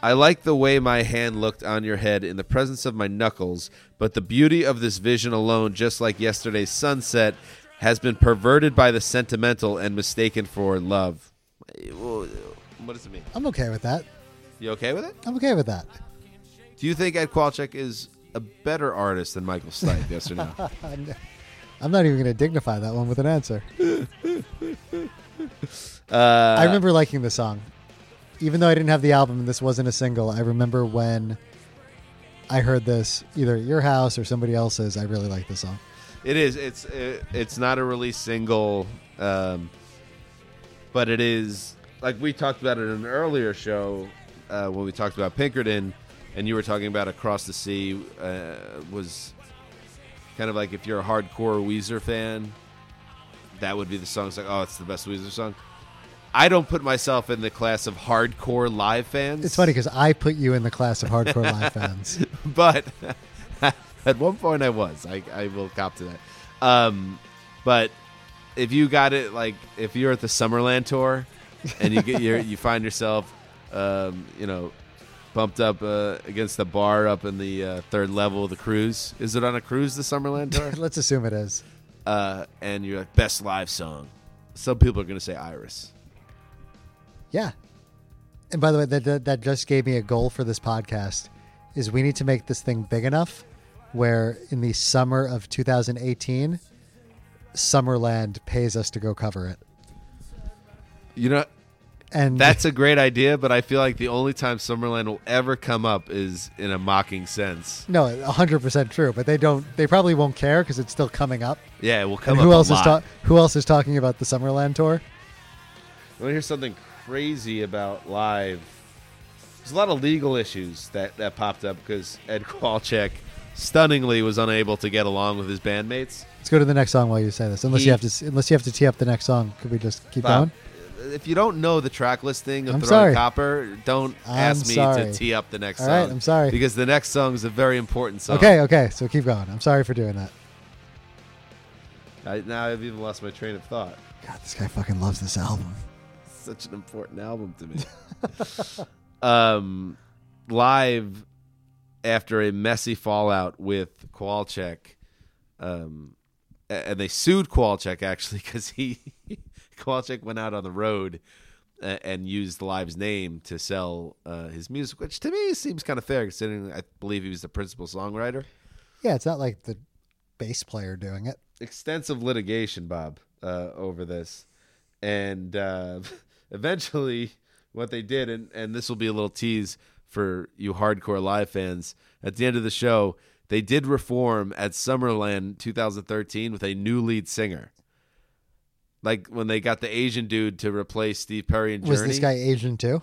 Speaker 2: I like the way my hand looked on your head in the presence of my knuckles, but the beauty of this vision alone, just like yesterday's sunset, has been perverted by the sentimental and mistaken for love. Eh, whoa, What does it mean?
Speaker 3: I'm okay with that.
Speaker 2: You okay with it?
Speaker 3: I'm okay with that.
Speaker 2: Do you think Ed Qualcheck is a better artist than Michael Stipe? yes or no?
Speaker 3: I'm not even going to dignify that one with an answer.
Speaker 2: Uh,
Speaker 3: I remember liking the song. Even though I didn't have the album and this wasn't a single, I remember when I heard this, either at your house or somebody else's, I really liked the song.
Speaker 2: It is. It's it, it's not a release single, um, but it is like we talked about it in an earlier show uh, when we talked about Pinkerton, and you were talking about Across the Sea uh, was kind of like if you're a hardcore Weezer fan, that would be the song. It's like, oh, it's the best Weezer song. I don't put myself in the class of hardcore live fans.
Speaker 3: It's funny because I put you in the class of hardcore live fans.
Speaker 2: but at one point I was. I, I will cop to that. Um, but if you got it, like if you're at the Summerland tour and you get your, you find yourself, um, you know, bumped up uh, against the bar up in the uh, third level of the cruise. Is it on a cruise? The Summerland tour.
Speaker 3: Let's assume it is.
Speaker 2: uh, and you're like best live song. Some people are gonna say Iris.
Speaker 3: Yeah. And by the way, that, that that just gave me a goal for this podcast is we need to make this thing big enough where in the summer of 2018 Summerland pays us to go cover it.
Speaker 2: You know.
Speaker 3: And
Speaker 2: That's a great idea, but I feel like the only time Summerland will ever come up is in a mocking sense.
Speaker 3: no, 100% true, but they don't they probably won't care cuz it's still coming up.
Speaker 2: Yeah, it will come
Speaker 3: And
Speaker 2: up.
Speaker 3: who
Speaker 2: a
Speaker 3: else is
Speaker 2: lot.
Speaker 3: ta- who else is talking about the Summerland tour?
Speaker 2: I want to hear something crazy about live. There's a lot of legal issues that, that popped up because Ed Qualcheck stunningly was unable to get along with his bandmates.
Speaker 3: Let's go to the next song while you say this. Unless
Speaker 2: He-
Speaker 3: you have to s- unless you have to tee up the next song, could we just keep
Speaker 2: Bob,
Speaker 3: going?
Speaker 2: uh, if you don't know the track listing of
Speaker 3: I'm
Speaker 2: Throwing
Speaker 3: sorry.
Speaker 2: Copper, don't
Speaker 3: I'm
Speaker 2: ask me
Speaker 3: sorry.
Speaker 2: to tee up the next
Speaker 3: All
Speaker 2: song.
Speaker 3: right, I'm sorry.
Speaker 2: Because the next song is a very important song.
Speaker 3: Okay, okay. So keep going. I'm sorry for doing that.
Speaker 2: I, now I've even lost my train of thought.
Speaker 3: God, this guy fucking loves this album.
Speaker 2: such an important album to me. um, live after a messy fallout with Qualcheck, um, a- and they sued Qualcheck actually because he Qualcheck went out on the road uh, and used Live's name to sell uh, his music, which to me seems kind of fair considering I believe he was the principal songwriter.
Speaker 3: Yeah, it's not like the bass player doing it.
Speaker 2: extensive litigation, Bob, uh, over this, and uh, eventually, what they did, and and this will be a little tease for you hardcore live fans. At the end of the show, they did reform at Summerland 2013 with a new lead singer. Like when they got the Asian dude to replace Steve Perry and
Speaker 3: Was
Speaker 2: Journey,
Speaker 3: this guy Asian too?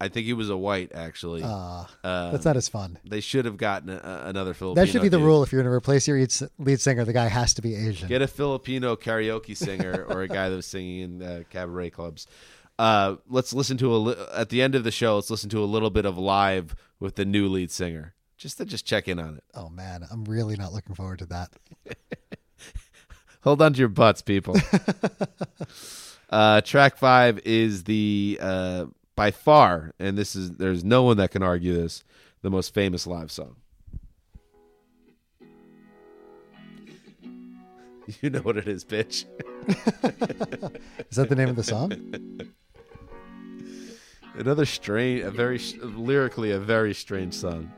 Speaker 2: I think he was a white actually.
Speaker 3: Uh,
Speaker 2: Um,
Speaker 3: that's not as fun.
Speaker 2: they should have gotten a, a- another Filipino.
Speaker 3: That should be the
Speaker 2: dude.
Speaker 3: rule if you're going to replace your eats- lead singer. The guy has to be Asian.
Speaker 2: Get a Filipino karaoke singer or a guy that was singing in uh, cabaret clubs. Uh, let's listen to a li- at the end of the show. Let's listen to a little bit of live with the new lead singer, just to just check in on it.
Speaker 3: oh man, I'm really not looking forward to that.
Speaker 2: Hold on to your butts, people. uh, track five is the uh, by far, and this is there's no one that can argue this, the most famous live song. You know what it is, bitch.
Speaker 3: Is that the name of the song?
Speaker 2: Another strange, a very lyrically a very strange song.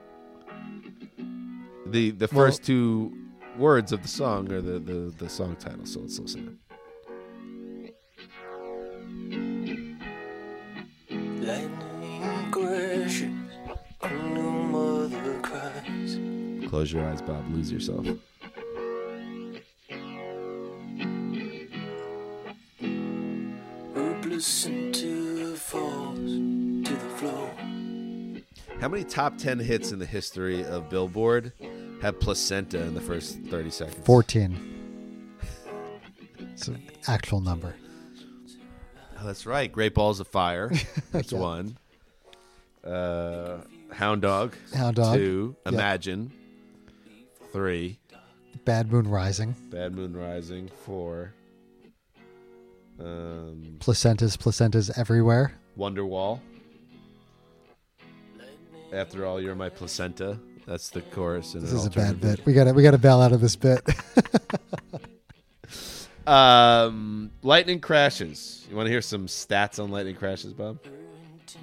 Speaker 2: The the
Speaker 3: Well-
Speaker 2: first two words of the song are the, the the song title, so let's listen. Close your eyes, Bob. Lose yourself.
Speaker 5: Hopeless until it falls to the floor.
Speaker 2: How many top 10 hits in the history of Billboard have placenta in the first 30 seconds?
Speaker 3: 14. It's an actual number.
Speaker 2: Oh, that's right. Great Balls of Fire. That's
Speaker 3: Yeah.
Speaker 2: one. Uh, Hound Dog.
Speaker 3: Hound Dog.
Speaker 2: Two.
Speaker 3: Yeah.
Speaker 2: Imagine. Three.
Speaker 3: Bad Moon Rising,
Speaker 2: Bad Moon Rising. Four. Um,
Speaker 3: placentas, placentas everywhere.
Speaker 2: Wonderwall. After all, you're my placenta. That's the chorus. In
Speaker 3: This
Speaker 2: an
Speaker 3: is a bad
Speaker 2: alternative
Speaker 3: bit. We got to we got to bail out of this bit.
Speaker 2: Um, lightning crashes. You want to hear some stats on lightning crashes, Bob?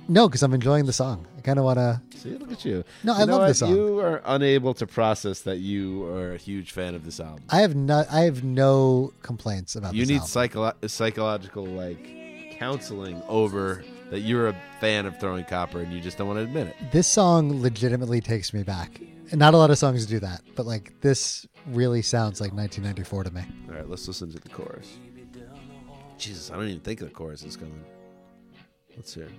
Speaker 3: no, because I'm enjoying the song. I kind of want to.
Speaker 2: See, look at you.
Speaker 3: No,
Speaker 2: You
Speaker 3: I
Speaker 2: know
Speaker 3: love
Speaker 2: what?
Speaker 3: this song.
Speaker 2: You are unable to process that you are a huge fan of this album.
Speaker 3: I have not. I have no complaints about.
Speaker 2: You
Speaker 3: this
Speaker 2: need
Speaker 3: album.
Speaker 2: psycholo- psychological like counseling over that you're a fan of throwing copper and you just don't want to admit it.
Speaker 3: this song legitimately takes me back. And not a lot of songs do that, but like this really sounds like 1994 to me.
Speaker 2: All right, let's listen to the chorus. Jesus, I don't even think the chorus is coming. Let's hear.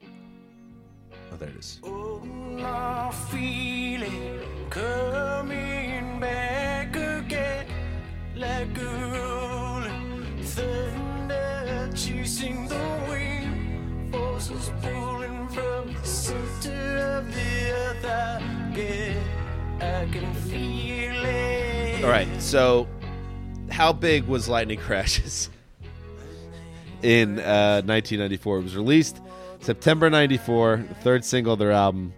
Speaker 2: it. Oh, there it is.
Speaker 5: Oh, I feel it coming back again like a rolling thunder chasing the wind. Forces pulling from the center of the earth. I get, I can feel it.
Speaker 2: All right. So, how big was Lightning Crashes in uh, 1994? It was released September '94, the third single of their album.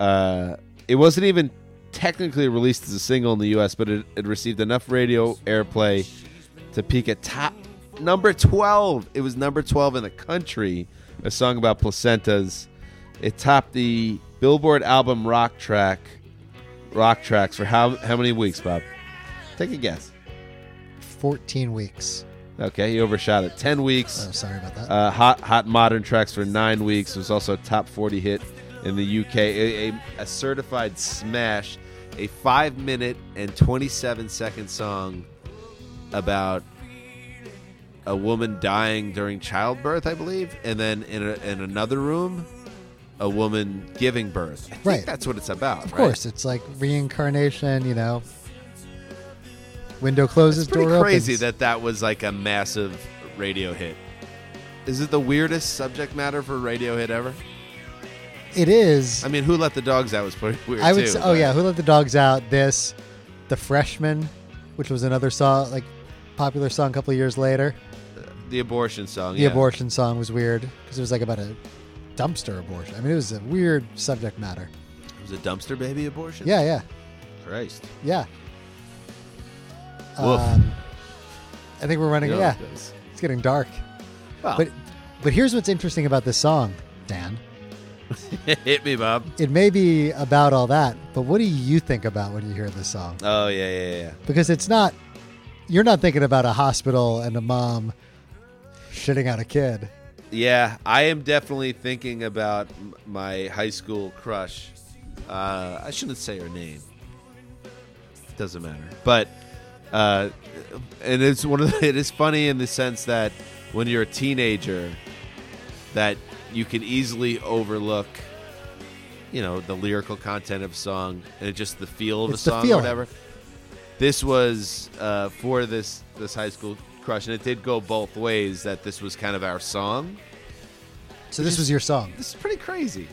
Speaker 2: Uh, it wasn't even technically released as a single in the U.S., but it, it received enough radio airplay to peak at top number 12. It was number 12 in the country. A song about placentas. It topped the Billboard album rock track, rock tracks for how how many weeks, Bob? Take a guess.
Speaker 3: 14 weeks.
Speaker 2: Okay, you overshot it. Ten weeks.
Speaker 3: Oh, sorry about that.
Speaker 2: Uh, hot hot modern tracks for nine weeks. It was also a top 40 hit in the UK. A, a, a certified smash. A five minute and 27 second song about a woman dying during childbirth, I believe, and then in, a, in another room, a woman giving birth. I think
Speaker 3: Right.
Speaker 2: That's what it's about.
Speaker 3: of course, it's like reincarnation, you know. Window closes,
Speaker 2: It's pretty
Speaker 3: door
Speaker 2: crazy
Speaker 3: opens.
Speaker 2: that that was like a massive radio hit. Is it the weirdest subject matter for a radio hit ever?
Speaker 3: it is.
Speaker 2: I mean, who let the dogs out was pretty weird
Speaker 3: I would
Speaker 2: too.
Speaker 3: say, oh
Speaker 2: but-
Speaker 3: yeah, Who Let the Dogs Out, this, The Freshman, which was another song, like popular song a couple of years later.
Speaker 2: the abortion song.
Speaker 3: The
Speaker 2: yeah.
Speaker 3: abortion song was weird because it was like about a dumpster abortion. I mean, it was a weird subject matter.
Speaker 2: It was a dumpster baby abortion.
Speaker 3: Yeah, yeah.
Speaker 2: Christ.
Speaker 3: Yeah. Um,
Speaker 2: Woof.
Speaker 3: I think we're running.
Speaker 2: You know
Speaker 3: Yeah,
Speaker 2: how it goes.
Speaker 3: it's getting dark.
Speaker 2: Well,
Speaker 3: But but here's what's interesting about this song, Dan.
Speaker 2: hit me, Bob.
Speaker 3: It may be about all that, but what do you think about when you hear this song?
Speaker 2: Oh yeah, yeah, yeah.
Speaker 3: Because it's not. You're not thinking about a hospital and a mom shitting out a kid.
Speaker 2: Yeah, I am definitely thinking about m- my high school crush. Uh, I shouldn't say her name. Doesn't matter. But uh, and it's one of the, it is funny in the sense that when you're a teenager, that you can easily overlook, you know, the lyrical content of a song and just the feel of
Speaker 3: It's
Speaker 2: a
Speaker 3: the
Speaker 2: song or
Speaker 3: feeling.
Speaker 2: whatever. This was uh, for this this high school crush, and it did go both ways. That this was kind of our song
Speaker 3: So this was your song.
Speaker 2: this is pretty crazy.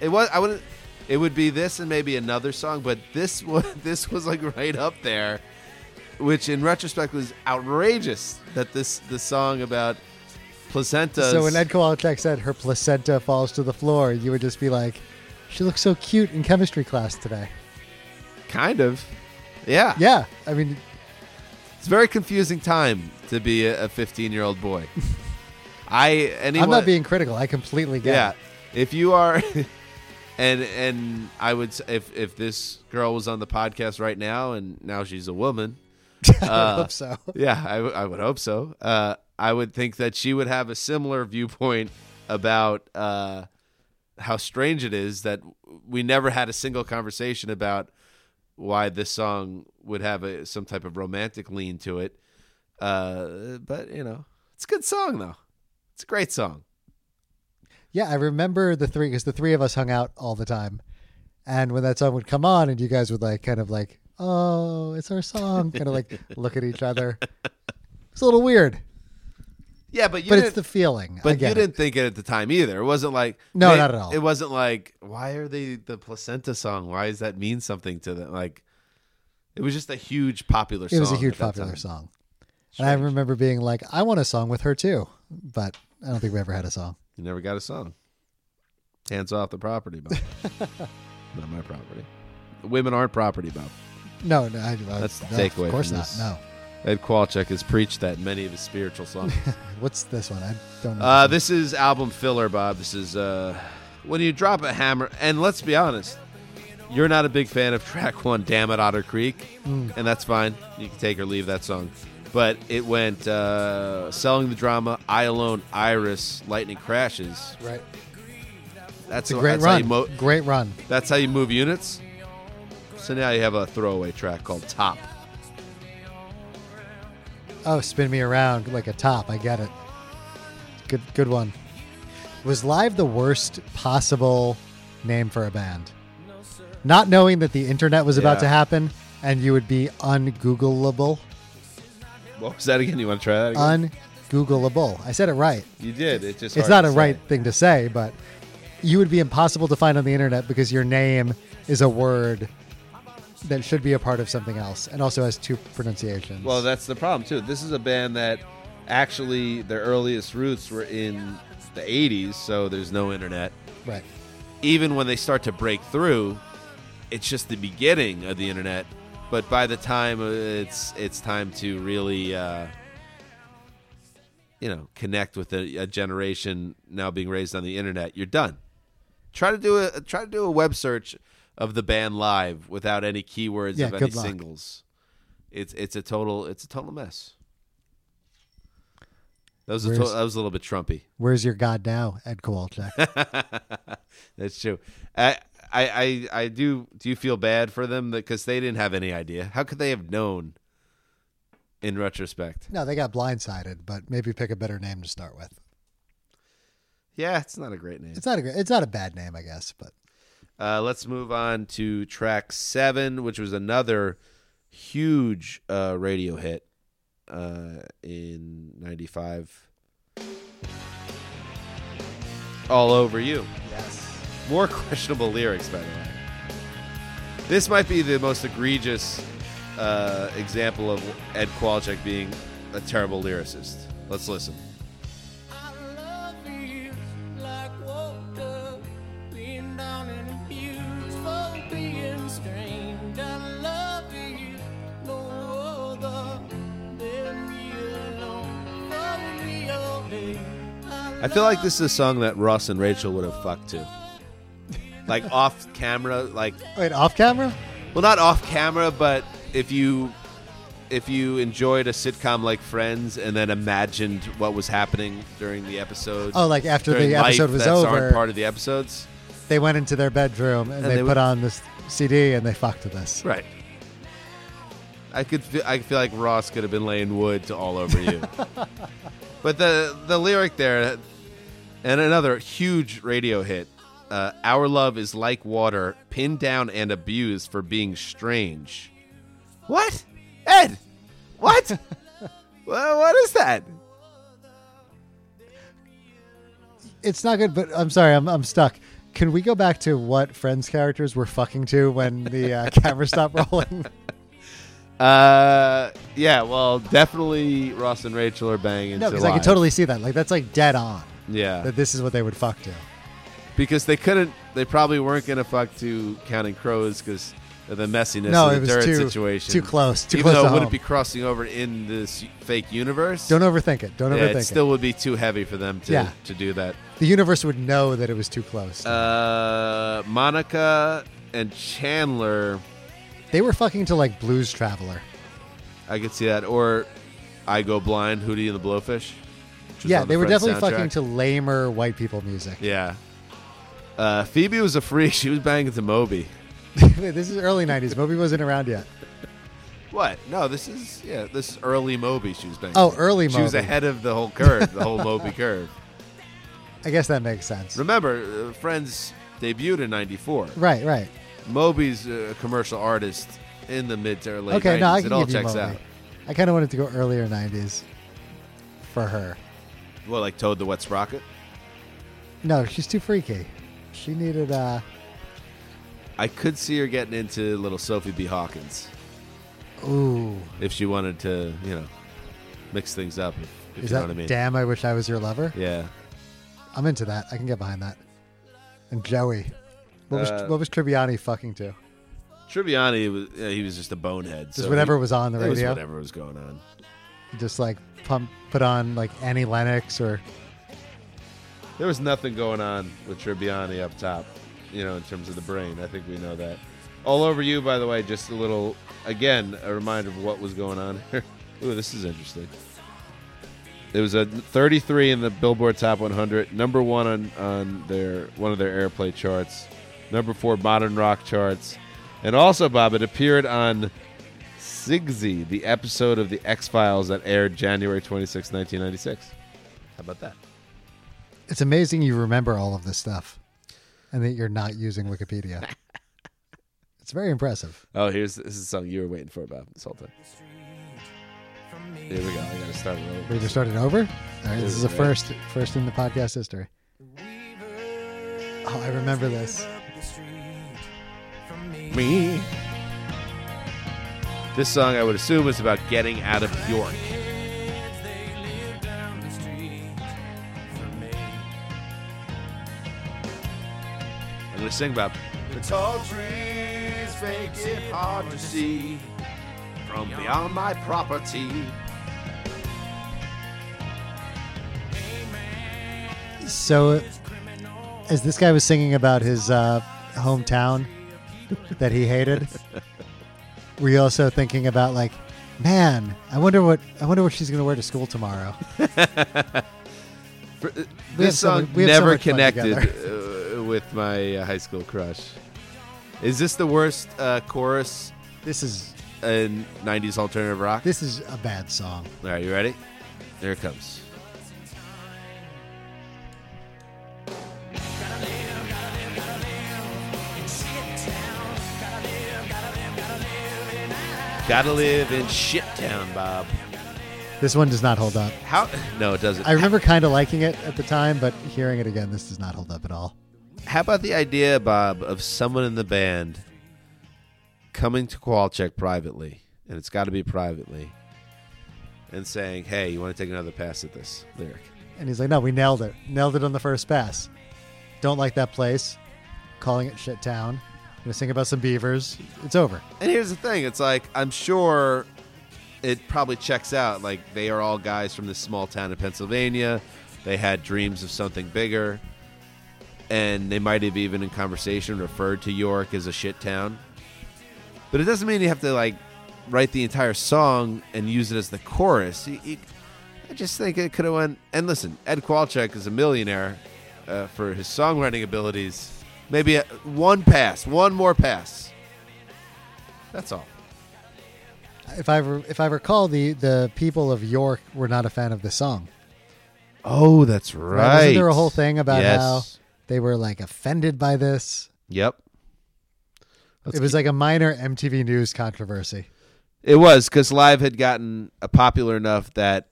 Speaker 2: It was I wouldn't it would be this and maybe another song, but this was this was like right up there, which in retrospect was outrageous that this the song about placentas.
Speaker 3: So when Ed Kowalczyk said her placenta falls to the floor, you would just be like, "She looks so cute in chemistry class today."
Speaker 2: kind of, yeah,
Speaker 3: Yeah, I mean,
Speaker 2: it's a very confusing time to be a 15 year old boy. I anyone,
Speaker 3: I'm not being critical. I completely get.
Speaker 2: yeah.
Speaker 3: it.
Speaker 2: If you are, and and I would s- if if this girl was on the podcast right now and now she's a woman,
Speaker 3: I
Speaker 2: Uh,
Speaker 3: would hope so.
Speaker 2: Yeah, I, w- I would hope so. Uh, I would think that she would have a similar viewpoint about uh, how strange it is that we never had a single conversation about why this song would have a, some type of romantic lean to it. Uh, but you know, it's a good song though. It's a great song.
Speaker 3: Yeah, I remember the three because the three of us hung out all the time, and when that song would come on, and you guys would like kind of like, oh, it's our song, kind of like look at each other. It's a little weird,
Speaker 2: Yeah, but you
Speaker 3: but
Speaker 2: didn't,
Speaker 3: it's the feeling. I
Speaker 2: but
Speaker 3: get
Speaker 2: you
Speaker 3: it.
Speaker 2: didn't think it at the time either. It wasn't like
Speaker 3: No,
Speaker 2: man,
Speaker 3: not at all.
Speaker 2: It wasn't like why are they the placenta song? Why does that mean something to them? Like it was just a huge popular. song
Speaker 3: It was a huge
Speaker 2: at that
Speaker 3: popular
Speaker 2: time.
Speaker 3: song, and I remember being like, I want a song with her too, but I don't think we ever had a song.
Speaker 2: You never got a song. Hands off the property, Bob. not my property. Women aren't property, Bob.
Speaker 3: No, no, I, uh,
Speaker 2: That's the
Speaker 3: no,
Speaker 2: takeaway from
Speaker 3: Of course
Speaker 2: this.
Speaker 3: not.
Speaker 2: Ed Qualchuk has preached that in many of his spiritual songs.
Speaker 3: No. What's this one? I don't know.
Speaker 2: Uh, this is album filler, Bob. This is uh, when you drop a hammer. And let's be honest, you're not a big fan of track one, "Damn It, Otter Creek,"
Speaker 3: Mm.
Speaker 2: and that's fine. You can take or leave that song. But it went uh, selling the drama, I alone, Iris, lightning crashes.
Speaker 3: right.
Speaker 2: That's
Speaker 3: It's a
Speaker 2: how-
Speaker 3: great
Speaker 2: that's how you
Speaker 3: run.
Speaker 2: mo-
Speaker 3: great run.
Speaker 2: that's how you move units. So now you have a throwaway track called "Top."
Speaker 3: Oh, spin me around like a top. I get it. Good, good one. Was live the worst possible name for a band? Not knowing that the internet was about
Speaker 2: Yeah.
Speaker 3: to happen and you would be ungoogleable,
Speaker 2: What was that again? You want to try that again?
Speaker 3: ungoogleable. I said it right.
Speaker 2: you did. It just
Speaker 3: It's
Speaker 2: hard
Speaker 3: not
Speaker 2: to
Speaker 3: a
Speaker 2: say.
Speaker 3: right thing to say, but you would be impossible to find on the internet because your name is a word that should be a part of something else and also has two pronunciations.
Speaker 2: Well, that's the problem too. This is a band that actually their earliest roots were in the '80s, so there's no internet.
Speaker 3: right.
Speaker 2: Even when they start to break through, it's just the beginning of the internet. But by the time uh, it's it's time to really, uh, you know, connect with a, a generation now being raised on the internet, you're done. Try to do a try to do a web search of the band live without any keywords
Speaker 3: Yeah,
Speaker 2: of any
Speaker 3: good luck.
Speaker 2: singles. It's it's a total it's a total mess. That was a to-
Speaker 3: Where's-
Speaker 2: that was a little bit Trumpy.
Speaker 3: Where's your God now, Ed Kowalczyk?
Speaker 2: That's true. I, I, I, I do. Do you feel bad for them because they didn't have any idea? How could they have known? In retrospect,
Speaker 3: No, they got blindsided, but maybe pick a better name to start with.
Speaker 2: yeah, it's not a great name.
Speaker 3: It's not a great, it's not a bad name, I guess, but
Speaker 2: Uh, let's move on to track seven, which was another huge uh, radio hit uh, in '95. All over you.
Speaker 3: yes.
Speaker 2: More questionable lyrics, by the way. This might be the most egregious uh, example of Ed Qualchek being a terrible lyricist. Let's listen.
Speaker 4: I love you like water being down and abused for being strained. I love you no other than me alone for me all day.
Speaker 2: I feel like this is a song that Ross and Rachel would have fucked to. Like off camera, like
Speaker 3: Wait, off camera?
Speaker 2: well, not off camera, but if you if you enjoyed a sitcom like Friends and then imagined what was happening during the episode,
Speaker 3: Oh, like after
Speaker 2: during
Speaker 3: the
Speaker 2: life
Speaker 3: episode was
Speaker 2: that's
Speaker 3: over,
Speaker 2: aren't part of the episodes,
Speaker 3: they went into their bedroom and,
Speaker 2: And
Speaker 3: they,
Speaker 2: they
Speaker 3: put
Speaker 2: would-
Speaker 3: on this CD and they fucked to this.
Speaker 2: Right. I could feel, I feel like Ross could have been laying wood to all over you. but the the lyric there and another huge radio hit. Uh, Our love is like water, pinned down and abused for being strange. What? Ed. What? well, what is that?
Speaker 3: It's not good, but I'm sorry, I'm, I'm stuck. Can we go back to what Friends characters were fucking to when the uh, camera stopped rolling?
Speaker 2: Uh yeah, well, definitely Ross and Rachel are banging
Speaker 3: no,
Speaker 2: to
Speaker 3: because I can
Speaker 2: live.
Speaker 3: totally see that. Like that's like dead on.
Speaker 2: Yeah.
Speaker 3: That this is what they would fuck to.
Speaker 2: because they couldn't. They probably weren't going to fuck to Counting Crows because of the messiness
Speaker 3: No,
Speaker 2: of
Speaker 3: it
Speaker 2: the turret
Speaker 3: was too-
Speaker 2: situation.
Speaker 3: too close, too
Speaker 2: Even
Speaker 3: close
Speaker 2: though
Speaker 3: to
Speaker 2: it wouldn't
Speaker 3: home.
Speaker 2: be crossing over in this fake universe.
Speaker 3: Don't overthink it. Don't
Speaker 2: yeah,
Speaker 3: overthink
Speaker 2: it still would be too heavy for them to
Speaker 3: Yeah.
Speaker 2: to do that.
Speaker 3: The universe would know that it was too close.
Speaker 2: Uh, Monica and Chandler,
Speaker 3: they were fucking to like Blues Traveler.
Speaker 2: I could see that. Or I Go Blind, Hootie and the Blowfish. which was
Speaker 3: Yeah,
Speaker 2: on
Speaker 3: they
Speaker 2: the
Speaker 3: were
Speaker 2: Friends
Speaker 3: definitely
Speaker 2: soundtrack.
Speaker 3: fucking to lamer white people music.
Speaker 2: Yeah. Uh, Phoebe was a freak. She was banging to Moby.
Speaker 3: this is early '90s. Moby wasn't around yet.
Speaker 2: What? No, this is yeah, this is early Moby. She was banging.
Speaker 3: Oh,
Speaker 2: to.
Speaker 3: early
Speaker 2: She was
Speaker 3: Moby.
Speaker 2: ahead of the whole curve, the whole Moby curve.
Speaker 3: I guess that makes sense.
Speaker 2: Remember, uh, Friends debuted in '94.
Speaker 3: Right, right.
Speaker 2: Moby's a commercial artist in the mid to late
Speaker 3: okay,
Speaker 2: 90s.
Speaker 3: no, I can
Speaker 2: it all
Speaker 3: give you
Speaker 2: checks
Speaker 3: Moby.
Speaker 2: out.
Speaker 3: I kind of wanted to go earlier '90s for her.
Speaker 2: Well, like Toad the Wet Sprocket.
Speaker 3: No, she's too freaky. She needed uh
Speaker 2: I could see her getting into little Sophie B. Hawkins
Speaker 3: ooh.
Speaker 2: if she wanted to, you know, mix things up. If, if
Speaker 3: Is
Speaker 2: you
Speaker 3: that
Speaker 2: know what I mean?
Speaker 3: damn I wish I was your lover?
Speaker 2: Yeah.
Speaker 3: I'm into that. I can get behind that. And Joey. What was
Speaker 2: Uh,
Speaker 3: what was Tribbiani fucking to?
Speaker 2: Tribbiani was yeah, he was just a bonehead.
Speaker 3: Just
Speaker 2: so
Speaker 3: whatever
Speaker 2: he-
Speaker 3: was on the
Speaker 2: it was
Speaker 3: radio.
Speaker 2: whatever was going on.
Speaker 3: Just like pump put on like Annie Lennox or
Speaker 2: There was nothing going on with Tribbiani up top, you know, in terms of the brain. I think we know that. All over you, by the way. Just a little, again, a reminder of what was going on here. Ooh, this is interesting. It was a 33 in the Billboard Top 100, number one on, on their one of their airplay charts, number four modern rock charts, and also Bob. It appeared on Sigzy, the episode of the X Files that aired January 26, 1996. How about that?
Speaker 3: it's amazing you remember all of this stuff and that you're not using Wikipedia. it's very impressive.
Speaker 2: Oh, here's this is the song you were waiting for, Bob. This whole time.
Speaker 5: From me.
Speaker 2: Here we go. I gotta start it over.
Speaker 3: We just started over? All right, this is the
Speaker 2: Right.
Speaker 3: first first in the podcast history. Oh, I remember this.
Speaker 2: Me. This song, I would assume, is about getting out of York. I'm gonna sing about the tall trees make it hard to see from beyond my property.
Speaker 3: So, as this guy was singing about his uh, hometown that he hated, were you also thinking about like, man, I wonder what I wonder what she's gonna wear to school tomorrow?
Speaker 2: For- uh,
Speaker 3: We have
Speaker 2: this
Speaker 3: so
Speaker 2: song
Speaker 3: much- we have so
Speaker 2: never
Speaker 3: much fun
Speaker 2: connected uh, with my uh, high school crush. Is this the worst uh, chorus
Speaker 3: This is
Speaker 2: in 90s alternative rock?
Speaker 3: this is a bad song.
Speaker 2: All right, you ready? There it comes. Gotta live in shit town, Bob.
Speaker 3: This one does not hold up.
Speaker 2: How? No, it doesn't.
Speaker 3: I remember kind of liking it at the time, but hearing it again, this does not hold up at all.
Speaker 2: How about the idea, Bob, of someone in the band coming to Qualcheck privately, and it's got to be privately, and saying, "Hey, you want to take another pass at this lyric?"
Speaker 3: And he's like, no, we nailed it, nailed it on the first pass. Don't like that place, calling it shit town. Gonna sing about some beavers. It's over.
Speaker 2: And here's the thing: it's like I'm sure it probably checks out. Like they are all guys from this small town in Pennsylvania. They had dreams of something bigger, and they might have even in conversation referred to York as a shit town. But it doesn't mean you have to like write the entire song and use it as the chorus. You- you- I just think it could have went. And listen, Ed Qualcheck is a millionaire uh, for his songwriting abilities. Maybe a, one pass, one more pass. That's all.
Speaker 3: if I re- if I recall, the the people of York were not a fan of this song.
Speaker 2: Oh, that's right.
Speaker 3: Wasn't there a whole thing about
Speaker 2: Yes.
Speaker 3: how they were like offended by this?
Speaker 2: Yep. Let's
Speaker 3: it was like a minor MTV News controversy.
Speaker 2: It was because live had gotten uh, popular enough that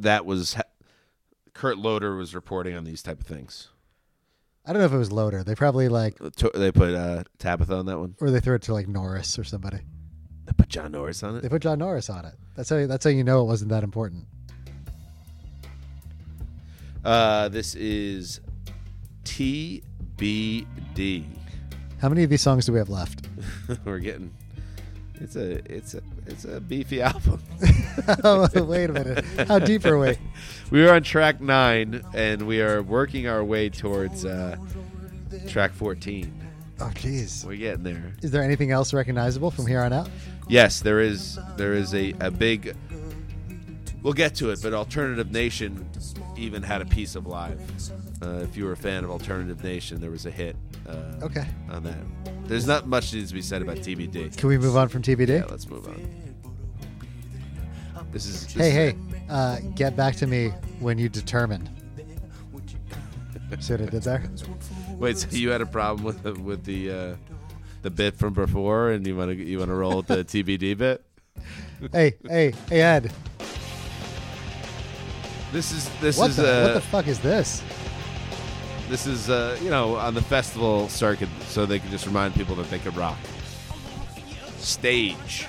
Speaker 2: that was ha- Kurt Loder was reporting on these type of things.
Speaker 3: I don't know if it was Loader. They probably like
Speaker 2: To- They put uh, Tabitha on that one.
Speaker 3: or they threw it to like Norris or somebody.
Speaker 2: They put John Norris on
Speaker 3: They
Speaker 2: it.
Speaker 3: put John Norris on it. That's how that's how you know it wasn't that important.
Speaker 2: Uh, this is TBD.
Speaker 3: How many of these songs do we have left?
Speaker 2: We're getting it's a it's a it's a beefy album.
Speaker 3: oh, wait a minute. How deep are we?
Speaker 2: We are on track nine, and we are working our way towards uh, track fourteen.
Speaker 3: Oh, jeez.
Speaker 2: We're getting there.
Speaker 3: Is there anything else recognizable from here on out?
Speaker 2: Yes, there is there is a, a big we'll get to it, but Alternative Nation even had a piece of live. Uh, if you were a fan of Alternative Nation, there was a hit uh,
Speaker 3: Okay.
Speaker 2: on that. There's not much needs to be said about TBD.
Speaker 3: Can we move on from TBD?
Speaker 2: Yeah, let's move on. This is this
Speaker 3: hey,
Speaker 2: is
Speaker 3: hey,
Speaker 2: it.
Speaker 3: uh, get back to me when you determine. See what I did there?
Speaker 2: Wait, so you had a problem with the, with the uh, the bit from before, and you want to you want to roll with the TBD bit?
Speaker 3: Hey, hey, hey, Ed.
Speaker 2: This is this
Speaker 3: What
Speaker 2: is
Speaker 3: the,
Speaker 2: uh,
Speaker 3: what the fuck is this?
Speaker 2: this is uh, you know on the festival circuit, so they can just remind people that they could rock. Stage.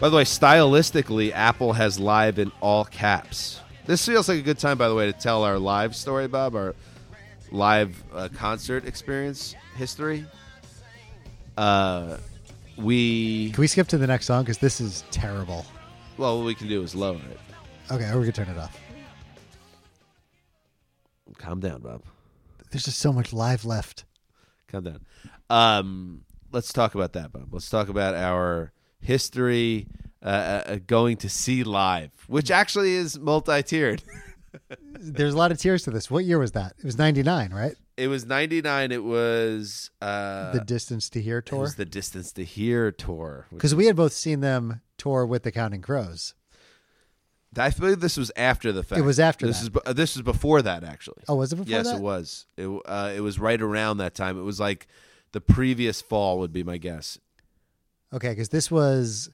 Speaker 2: By the way, stylistically, Apple has live in all caps. This feels like a good time, by the way, to tell our live story, Bob, our live uh, concert experience history. Uh, we
Speaker 3: Can we skip to the next song? Because this is terrible.
Speaker 2: well, what we can do is lower it.
Speaker 3: Okay, or we can turn it off.
Speaker 2: Calm down, Bob.
Speaker 3: There's just so much live left.
Speaker 2: Calm down. Um, let's talk about that, Bob. Let's talk about our history uh, uh, going to see live, which actually is multi-tiered.
Speaker 3: There's a lot of tears to this. What year was that? It was 99, right?
Speaker 2: It was '99. It was uh,
Speaker 3: the Distance to Here
Speaker 2: it
Speaker 3: tour.
Speaker 2: was the distance to here tour. which-
Speaker 3: Because we had both seen them tour with the Counting Crows.
Speaker 2: I believe this was after the fact.
Speaker 3: It was after
Speaker 2: this
Speaker 3: that.
Speaker 2: is bu- uh, this was before that actually.
Speaker 3: Oh, was it before
Speaker 2: yes,
Speaker 3: that?
Speaker 2: it was. It w- uh, it was right around that time. It was like the previous fall would be my guess.
Speaker 3: Okay, because this was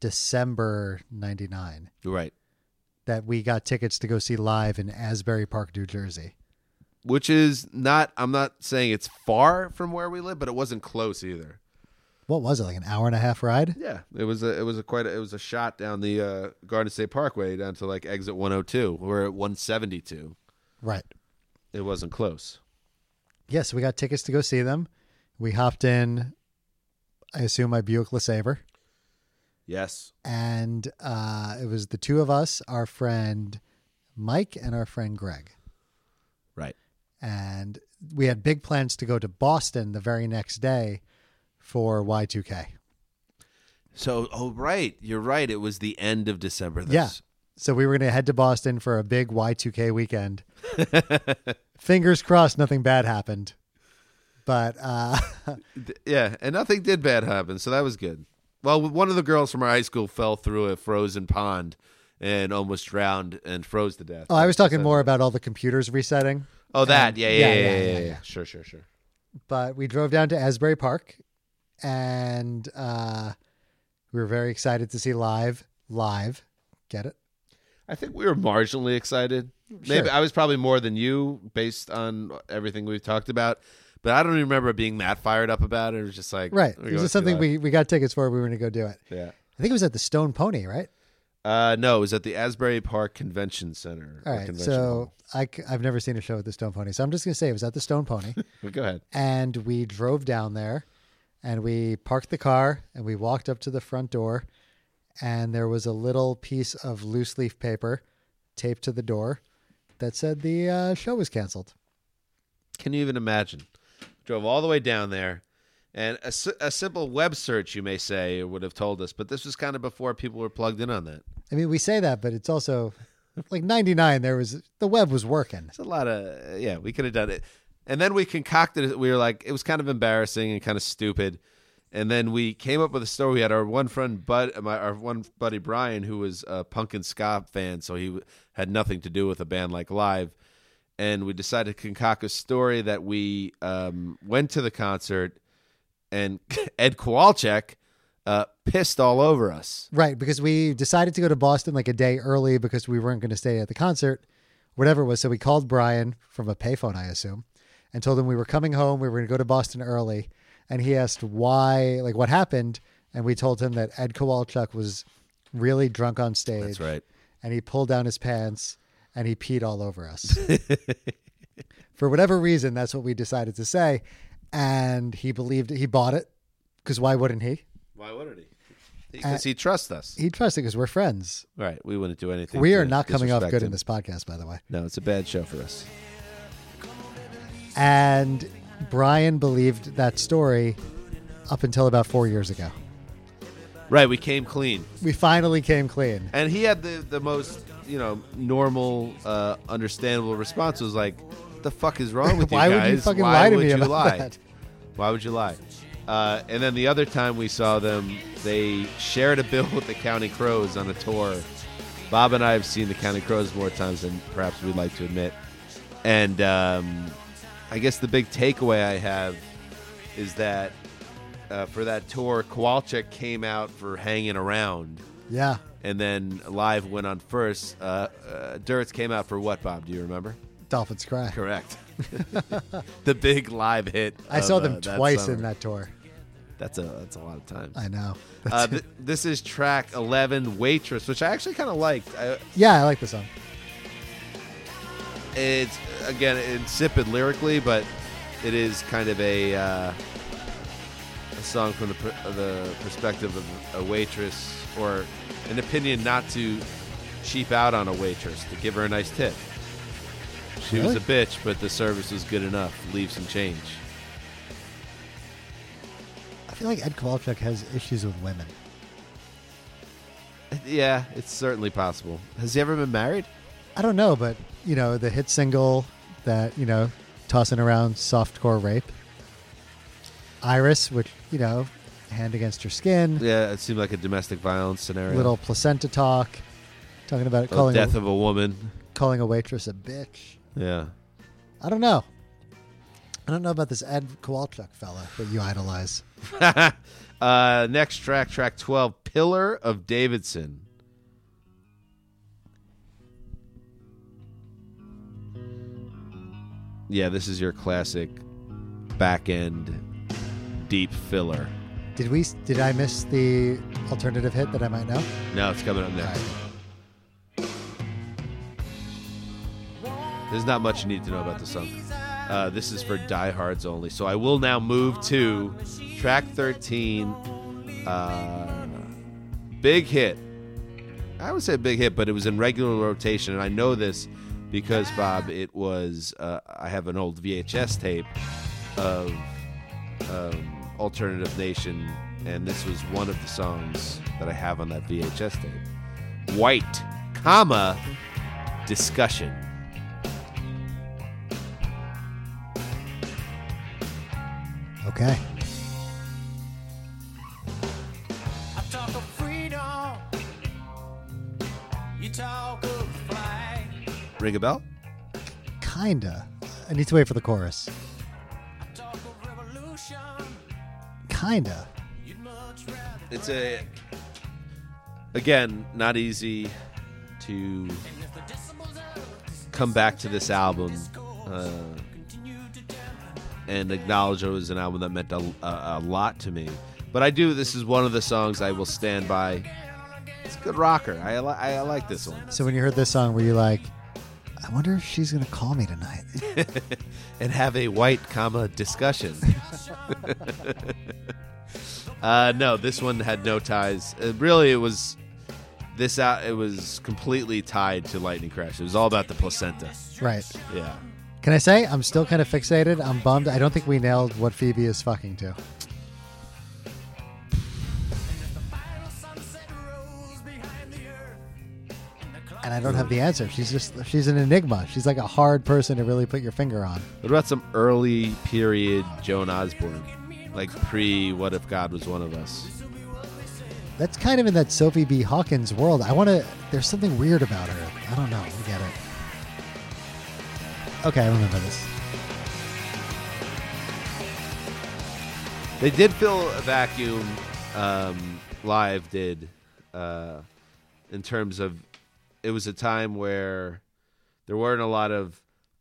Speaker 3: December 99
Speaker 2: You're right.
Speaker 3: that we got tickets to go see live in Asbury Park, New Jersey.
Speaker 2: which is not i'm not saying it's far from where we live but it wasn't close either
Speaker 3: What was it, like an hour and a half ride?
Speaker 2: yeah it was a it was a quite a, it was a shot down the uh, garden state parkway down to like exit 102 we're at 172
Speaker 3: Right.
Speaker 2: it wasn't close
Speaker 3: Yes, we got tickets to go see them. We hopped in, I assume, my Buick LeSabre.
Speaker 2: yes
Speaker 3: And uh, it was the two of us, our friend Mike and our friend Greg.
Speaker 2: right
Speaker 3: And we had big plans to go to Boston the very next day for Y2K.
Speaker 2: so oh right you're right it was the end of december this.
Speaker 3: Yeah. So we were going to head to Boston for a big Y2K weekend. Fingers crossed, nothing bad happened. But uh,
Speaker 2: Th- yeah and nothing did bad happen so that was good well one of the girls from our high school fell through a frozen pond and almost drowned and froze to death
Speaker 3: oh, I was talking
Speaker 2: So-
Speaker 3: more about all the computers resetting.
Speaker 2: oh that
Speaker 3: um,
Speaker 2: yeah yeah yeah
Speaker 3: yeah,
Speaker 2: yeah,
Speaker 3: yeah,
Speaker 2: yeah,
Speaker 3: yeah,
Speaker 2: yeah.
Speaker 3: yeah.
Speaker 2: sure sure sure
Speaker 3: But we drove down to Asbury Park and uh, we were very excited to see live. Live. Get it?
Speaker 2: I think we were marginally excited. Maybe
Speaker 3: Sure.
Speaker 2: I was probably more than you based on everything we've talked about, but I don't even remember being that fired up about it. It was just like
Speaker 3: Right.
Speaker 2: we're
Speaker 3: It
Speaker 2: going
Speaker 3: was
Speaker 2: to
Speaker 3: just something
Speaker 2: live.
Speaker 3: we, we got tickets for. We were going to go do it.
Speaker 2: yeah.
Speaker 3: I think it was at the Stone Pony, right?
Speaker 2: Uh, no, it was at the Asbury Park Convention Center.
Speaker 3: All
Speaker 2: or
Speaker 3: right.
Speaker 2: Convention
Speaker 3: So
Speaker 2: Hall.
Speaker 3: I, c- I've never seen a show at the Stone Pony. So I'm just going to say it was at the Stone Pony.
Speaker 2: But go ahead.
Speaker 3: and we drove down there and we parked the car and we walked up to the front door and there was a little piece of loose leaf paper taped to the door that said the uh, show was canceled.
Speaker 2: Can you even imagine? Drove all the way down there, and a, si- a simple web search, you may say, would have told us. But this was kind of before people were plugged in on that.
Speaker 3: I mean, we say that, but it's also like 99 there was the web was working.
Speaker 2: It's a lot of yeah. We could have done it, and then we concocted it. We were like, it was kind of embarrassing and kind of stupid, and then we came up with a story. We had our one friend, bud, uh, my our one buddy Brian, who was a punk and ska fan, so he w- had nothing to do with a band like Live, and we decided to concoct a story that we um, went to the concert, and Ed Kowalczyk uh, pissed all over us.
Speaker 3: Right, because we decided to go to Boston like a day early because we weren't going to stay at the concert, whatever it was. So we called Brian from a payphone, I assume, and told him we were coming home. We were going to go to Boston early. And he asked why, like what happened. And we told him that Ed Kowalchuk was really drunk on stage.
Speaker 2: That's right.
Speaker 3: And he pulled down his pants and he peed all over us. For whatever reason, that's what we decided to say. And he believed he bought it because why wouldn't he?
Speaker 2: Why wouldn't he? Because he trusts us.
Speaker 3: Uh, He trusted because we're friends.
Speaker 2: Right. We wouldn't do anything.
Speaker 3: We are
Speaker 2: to
Speaker 3: not coming off
Speaker 2: disrespect
Speaker 3: good in
Speaker 2: him.
Speaker 3: this podcast, by the way.
Speaker 2: No, it's a bad show for us.
Speaker 3: And Brian believed that story up until about four years ago.
Speaker 2: Right, we came clean,
Speaker 3: We finally came clean.
Speaker 2: and he had the the most you know normal, uh, understandable response was like, "The fuck is wrong with you
Speaker 3: Why would you
Speaker 2: guys?
Speaker 3: fucking
Speaker 2: Why
Speaker 3: lie to
Speaker 2: would
Speaker 3: me
Speaker 2: you
Speaker 3: about
Speaker 2: lie?
Speaker 3: that?"
Speaker 2: Why would you lie?" Uh, and then the other time we saw them, they shared a bill with the County Crows on a tour. Bob and I have seen the County Crows more times than perhaps we'd like to admit. And um, I guess the big takeaway I have is that uh, for that tour, Kowalczyk came out for hanging around,
Speaker 3: Yeah.
Speaker 2: and then live went on first. Uh, uh, Duritz came out for what, Bob? Do you remember?
Speaker 3: Dolphins cry.
Speaker 2: Correct. the big live hit.
Speaker 3: I
Speaker 2: of,
Speaker 3: saw
Speaker 2: uh,
Speaker 3: them twice
Speaker 2: summer.
Speaker 3: in that tour.
Speaker 2: That's a that's a lot of times.
Speaker 3: I know.
Speaker 2: Uh, th- this is track eleven, "Waitress," which I actually kind of liked. I,
Speaker 3: yeah, I like the song.
Speaker 2: it's again insipid lyrically, but it is kind of a uh, a song from the per- the perspective of a waitress or an opinion not to cheap out on a waitress to give her a nice tip. She was
Speaker 3: Really?
Speaker 2: a bitch, but the service was good enough. Leave some change.
Speaker 3: I feel like Ed Kowalczyk has issues with women.
Speaker 2: Yeah, it's certainly possible. Has he ever been married?
Speaker 3: I don't know, but you know, the hit single that, you know, tossing around softcore rape. Iris, which, you know, hand against her skin,
Speaker 2: Yeah, it seemed like a domestic violence scenario.
Speaker 3: little placenta talk, talking about
Speaker 2: The
Speaker 3: calling
Speaker 2: death
Speaker 3: a,
Speaker 2: of a woman.
Speaker 3: calling a waitress a bitch.
Speaker 2: Yeah.
Speaker 3: I don't know. I don't know about this Ed Kowalczyk fella that you idolize.
Speaker 2: uh, next track, track 12, Pillar of Davidson. Yeah, this is your classic back end deep filler.
Speaker 3: Did we? Did I miss the alternative hit that I might know?
Speaker 2: No, it's coming up next. There's not much you need to know about the song. Uh, this is for diehards only. So I will now move to track 13. Uh, big hit. I would say big hit, but it was in regular rotation. And I know this because, Bob, it was. Uh, I have an old VHS tape of um, Alternative Nation, and this was one of the songs that I have on that VHS tape. White, comma, discussion.
Speaker 3: Okay.
Speaker 4: I talk of freedom. You talk of flight.
Speaker 2: Ring a bell?
Speaker 3: Kinda. I need to wait for the chorus.
Speaker 4: I talk of revolution.
Speaker 3: Kinda.
Speaker 4: You'd much rather
Speaker 2: It's a again not easy to
Speaker 4: if the decimals of
Speaker 2: come back to this album uh,
Speaker 4: continue to down.
Speaker 2: and acknowledge it was an album that meant a, a, a lot to me. But I do. This is one of the songs I will stand by. It's a good rocker. I li- I like this one.
Speaker 3: So when you heard this song, were you like, I wonder if she's gonna call me tonight?
Speaker 2: and have a white comma discussion. uh, no, this one had no ties. Uh, really, it was this out. It was completely tied to Lightning Crash. It was all about the placenta.
Speaker 3: right.
Speaker 2: Yeah.
Speaker 3: Can I say I'm still kind of fixated? I'm bummed. I don't think we nailed what Phoebe is fucking to. And I don't have the answer. She's just she's an enigma. She's like a hard person to really put your finger on.
Speaker 2: What about some early period Joan Osborne, like pre "What If God Was One of Us"?
Speaker 3: That's kind of in that Sophie B. Hawkins world. I want to. There's something weird about her. I don't know. I get it. Okay, I remember this.
Speaker 2: They did fill a vacuum. Um, live did, uh, in terms of, it was a time where there weren't a lot of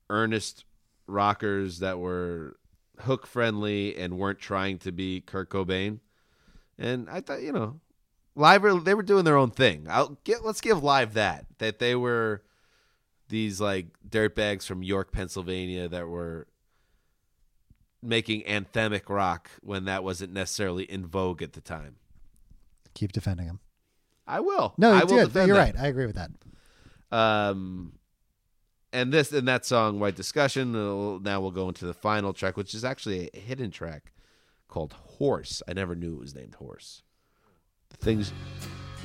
Speaker 2: earnest rockers that were hook friendly and weren't trying to be Kurt Cobain. And I thought, you know, live were- they were doing their own thing. I'll get let's give live that that they were these like dirtbags from York, Pennsylvania that were making anthemic rock when that wasn't necessarily in vogue at the time.
Speaker 3: Keep defending him.
Speaker 2: I will.
Speaker 3: No,
Speaker 2: I
Speaker 3: it's
Speaker 2: will
Speaker 3: good.
Speaker 2: defend
Speaker 3: You're
Speaker 2: that.
Speaker 3: right. I agree with that.
Speaker 2: Um, and this and that song, White Discussion. uh, Now we'll go into the final track, which is actually a hidden track called Horse. I never knew it was named Horse. The things,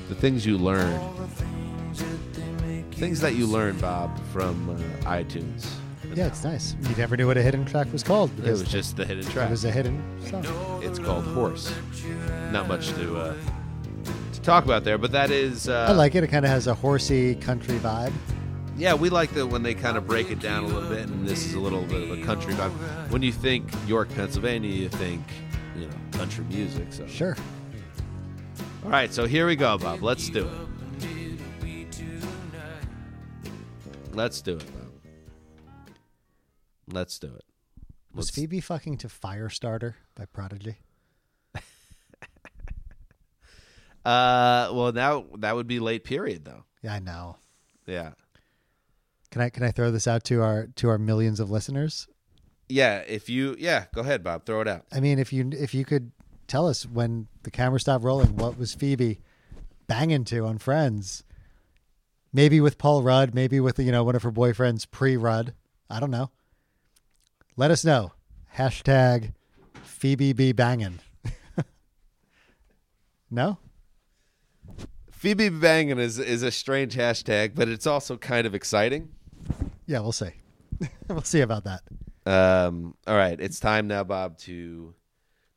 Speaker 2: the things you learn.
Speaker 5: All the things that they make
Speaker 2: Things that you learn, Bob, from uh, iTunes.
Speaker 3: Yeah, it's nice. You never knew what a hidden track was called
Speaker 2: It
Speaker 3: because
Speaker 2: was just the hidden
Speaker 3: it
Speaker 2: track. Uh,
Speaker 3: was a hidden song.
Speaker 2: It's called Horse. Not much to uh, to talk about there, but that is. Uh,
Speaker 3: I like it. It kind of has a horsey country vibe.
Speaker 2: Yeah, we like that when they kind of break it down a little bit, and this is a little bit of a country vibe. When you think York, Pennsylvania, you think you know country music. So
Speaker 3: Sure.
Speaker 2: All right, so here we go, Bob. Let's do it. Let's do it, Bob. Let's do it.
Speaker 3: Was
Speaker 2: Let's-
Speaker 3: Phoebe fucking to Firestarter by Prodigy?
Speaker 2: Uh, well, now that would be late period, though.
Speaker 3: Yeah, I know.
Speaker 2: Yeah.
Speaker 3: Can I can I throw this out to our to our millions of listeners?
Speaker 2: Yeah, if you, yeah, go ahead, Bob. Throw it out.
Speaker 3: I mean, if you if you could tell us when the camera stopped rolling, what was Phoebe banging to on Friends? Maybe with Paul Rudd, maybe with you know one of her boyfriends pre Rudd. I don't know. Let us know. Hashtag Phoebe be banging. no,
Speaker 2: Phoebe Bangin is is a strange hashtag, but it's also kind of exciting.
Speaker 3: yeah, we'll see. we'll see about that.
Speaker 2: Um, all right, it's time now, Bob, to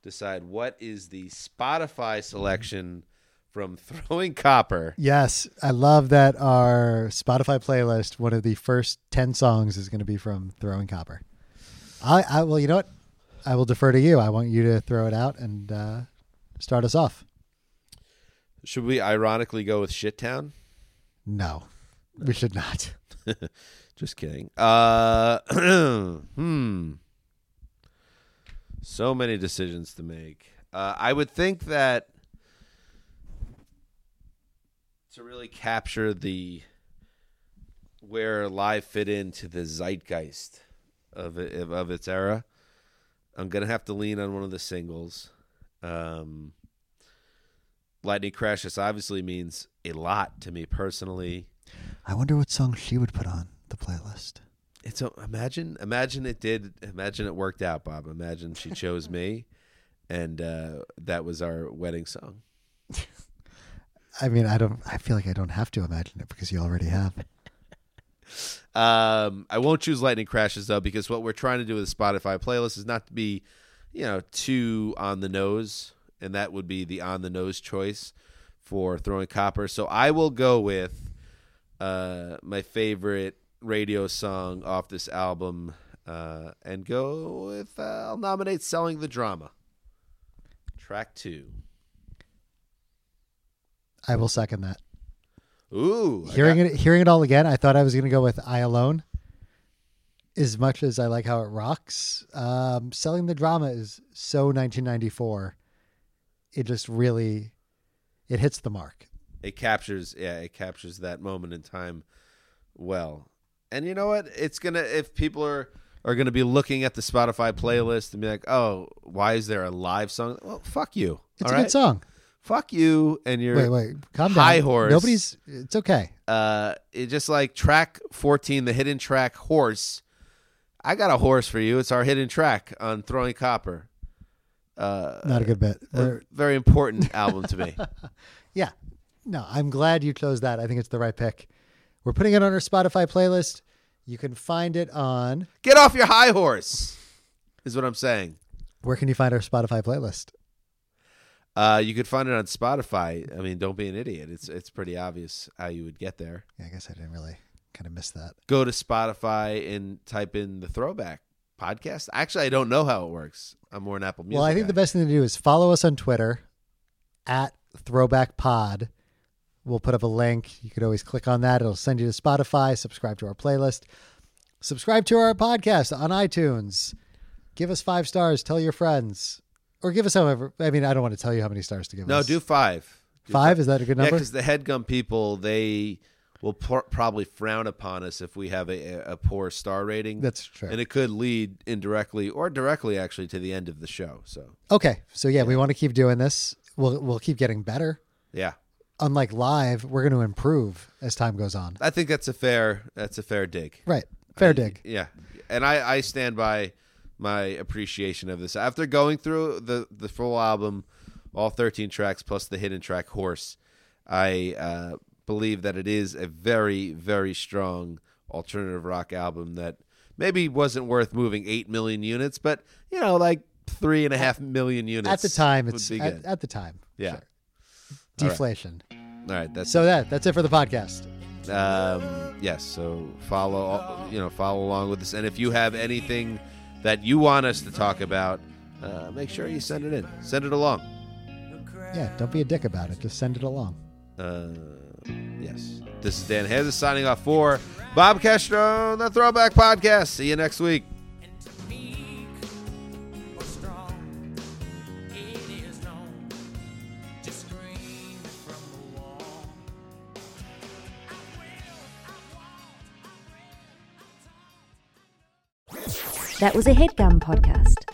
Speaker 2: decide what is the Spotify selection from Throwing Copper.
Speaker 3: Yes, I love that our Spotify playlist. One of the first ten songs is going to be from Throwing Copper. I, I well, you know what? I will defer to you. I want you to throw it out and uh, start us off.
Speaker 2: Should we ironically go with Shittown?
Speaker 3: No, we should not.
Speaker 2: Just kidding. Uh, hmm. So many decisions to make. Uh, I would think that to really capture the where live fit into the zeitgeist of it, of, of its era, I'm gonna have to lean on one of the singles. Um, Lightning Crashes obviously means a lot to me personally.
Speaker 3: I wonder what song she would put on the playlist.
Speaker 2: It's a, imagine imagine it did imagine it worked out, Bob. Imagine she chose me, and uh, that was our wedding song.
Speaker 3: I mean, I don't. I feel like I don't have to imagine it because you already have.
Speaker 2: Um, I won't choose Lightning Crashes though, because what we're trying to do with the Spotify playlist is not to be, you know, too on the nose, and that would be the on the nose choice for throwing copper. So I will go with uh, my favorite radio song off this album, uh, and go with uh, I'll nominate "Selling the Drama," track two.
Speaker 3: I will second that.
Speaker 2: Ooh, I
Speaker 3: hearing
Speaker 2: got-
Speaker 3: it hearing it all again i thought i was going to go with i alone as much as i like how it rocks um, selling the drama is so 1994 it just really it hits the mark
Speaker 2: it captures yeah it captures that moment in time well and you know what it's gonna if people are are gonna be looking at the spotify playlist and be like oh why is there a live song well fuck you
Speaker 3: it's
Speaker 2: all
Speaker 3: a
Speaker 2: right?
Speaker 3: good song
Speaker 2: fuck you and you're
Speaker 3: wait wait calm down
Speaker 2: high horse.
Speaker 3: nobody's it's okay
Speaker 2: uh it just like track 14 the hidden track horse i got a horse for you it's our hidden track on throwing copper uh
Speaker 3: not a good bit
Speaker 2: a
Speaker 3: We're-
Speaker 2: very important album to me
Speaker 3: yeah no i'm glad you chose that i think it's the right pick we're putting it on our spotify playlist you can find it on
Speaker 2: get off your high horse is what i'm saying
Speaker 3: where can you find our spotify playlist
Speaker 2: Uh, you could find it on Spotify. I mean, don't be an idiot. It's it's pretty obvious how you would get there.
Speaker 3: yeah, i guess i didn't really kind of miss that
Speaker 2: Go to Spotify and type in the Throwback podcast. Actually, I don't know how it works. I'm more an Apple Music.
Speaker 3: Well, I think the
Speaker 2: guy.
Speaker 3: best thing to do is follow us on Twitter at Throwback Pod. We'll put up a link. You could always click on that. It'll send you to Spotify. Subscribe to our playlist. Subscribe to our podcast on iTunes. Give us five stars. Tell your friends, or give us however. I mean, I don't want to tell you how many stars to give
Speaker 2: No,
Speaker 3: us.
Speaker 2: do five. Do
Speaker 3: five. Is that a good
Speaker 2: Yeah,
Speaker 3: number?
Speaker 2: because the headgum people they will por- probably frown upon us if we have a, a poor star rating.
Speaker 3: That's true.
Speaker 2: and it could lead indirectly or directly actually to the end of the show. So
Speaker 3: okay, so yeah, we want to keep doing this. We'll we'll keep getting better.
Speaker 2: yeah,
Speaker 3: Unlike live, we're going to improve as time goes on.
Speaker 2: I think that's a fair that's a fair dig.
Speaker 3: Right. Fair
Speaker 2: I-
Speaker 3: dig.
Speaker 2: Yeah, and I, I stand by my appreciation of this. After going through the the full album, all thirteen tracks plus the hidden track "Horse," I uh, believe that it is a very, very strong alternative rock album that maybe wasn't worth moving 8 million units, but, you know, like three and a half million units.
Speaker 3: at the time,
Speaker 2: would
Speaker 3: it's
Speaker 2: be
Speaker 3: at,
Speaker 2: good.
Speaker 3: at the time.
Speaker 2: yeah.
Speaker 3: sure. deflation.
Speaker 2: All right. That's
Speaker 3: So that that's it for the podcast.
Speaker 2: um, yes so follow you know follow along with us and if you have anything that you want us to talk about uh, make sure you send it in send it along
Speaker 3: Yeah, don't be a dick about it. Just send it along.
Speaker 2: uh, yes this is dan Hazes signing off for bob castro and the throwback podcast see you next week
Speaker 4: and to meek or strong, it is known to scream from the wall. I will, I want, I will.
Speaker 1: That was a headgum podcast.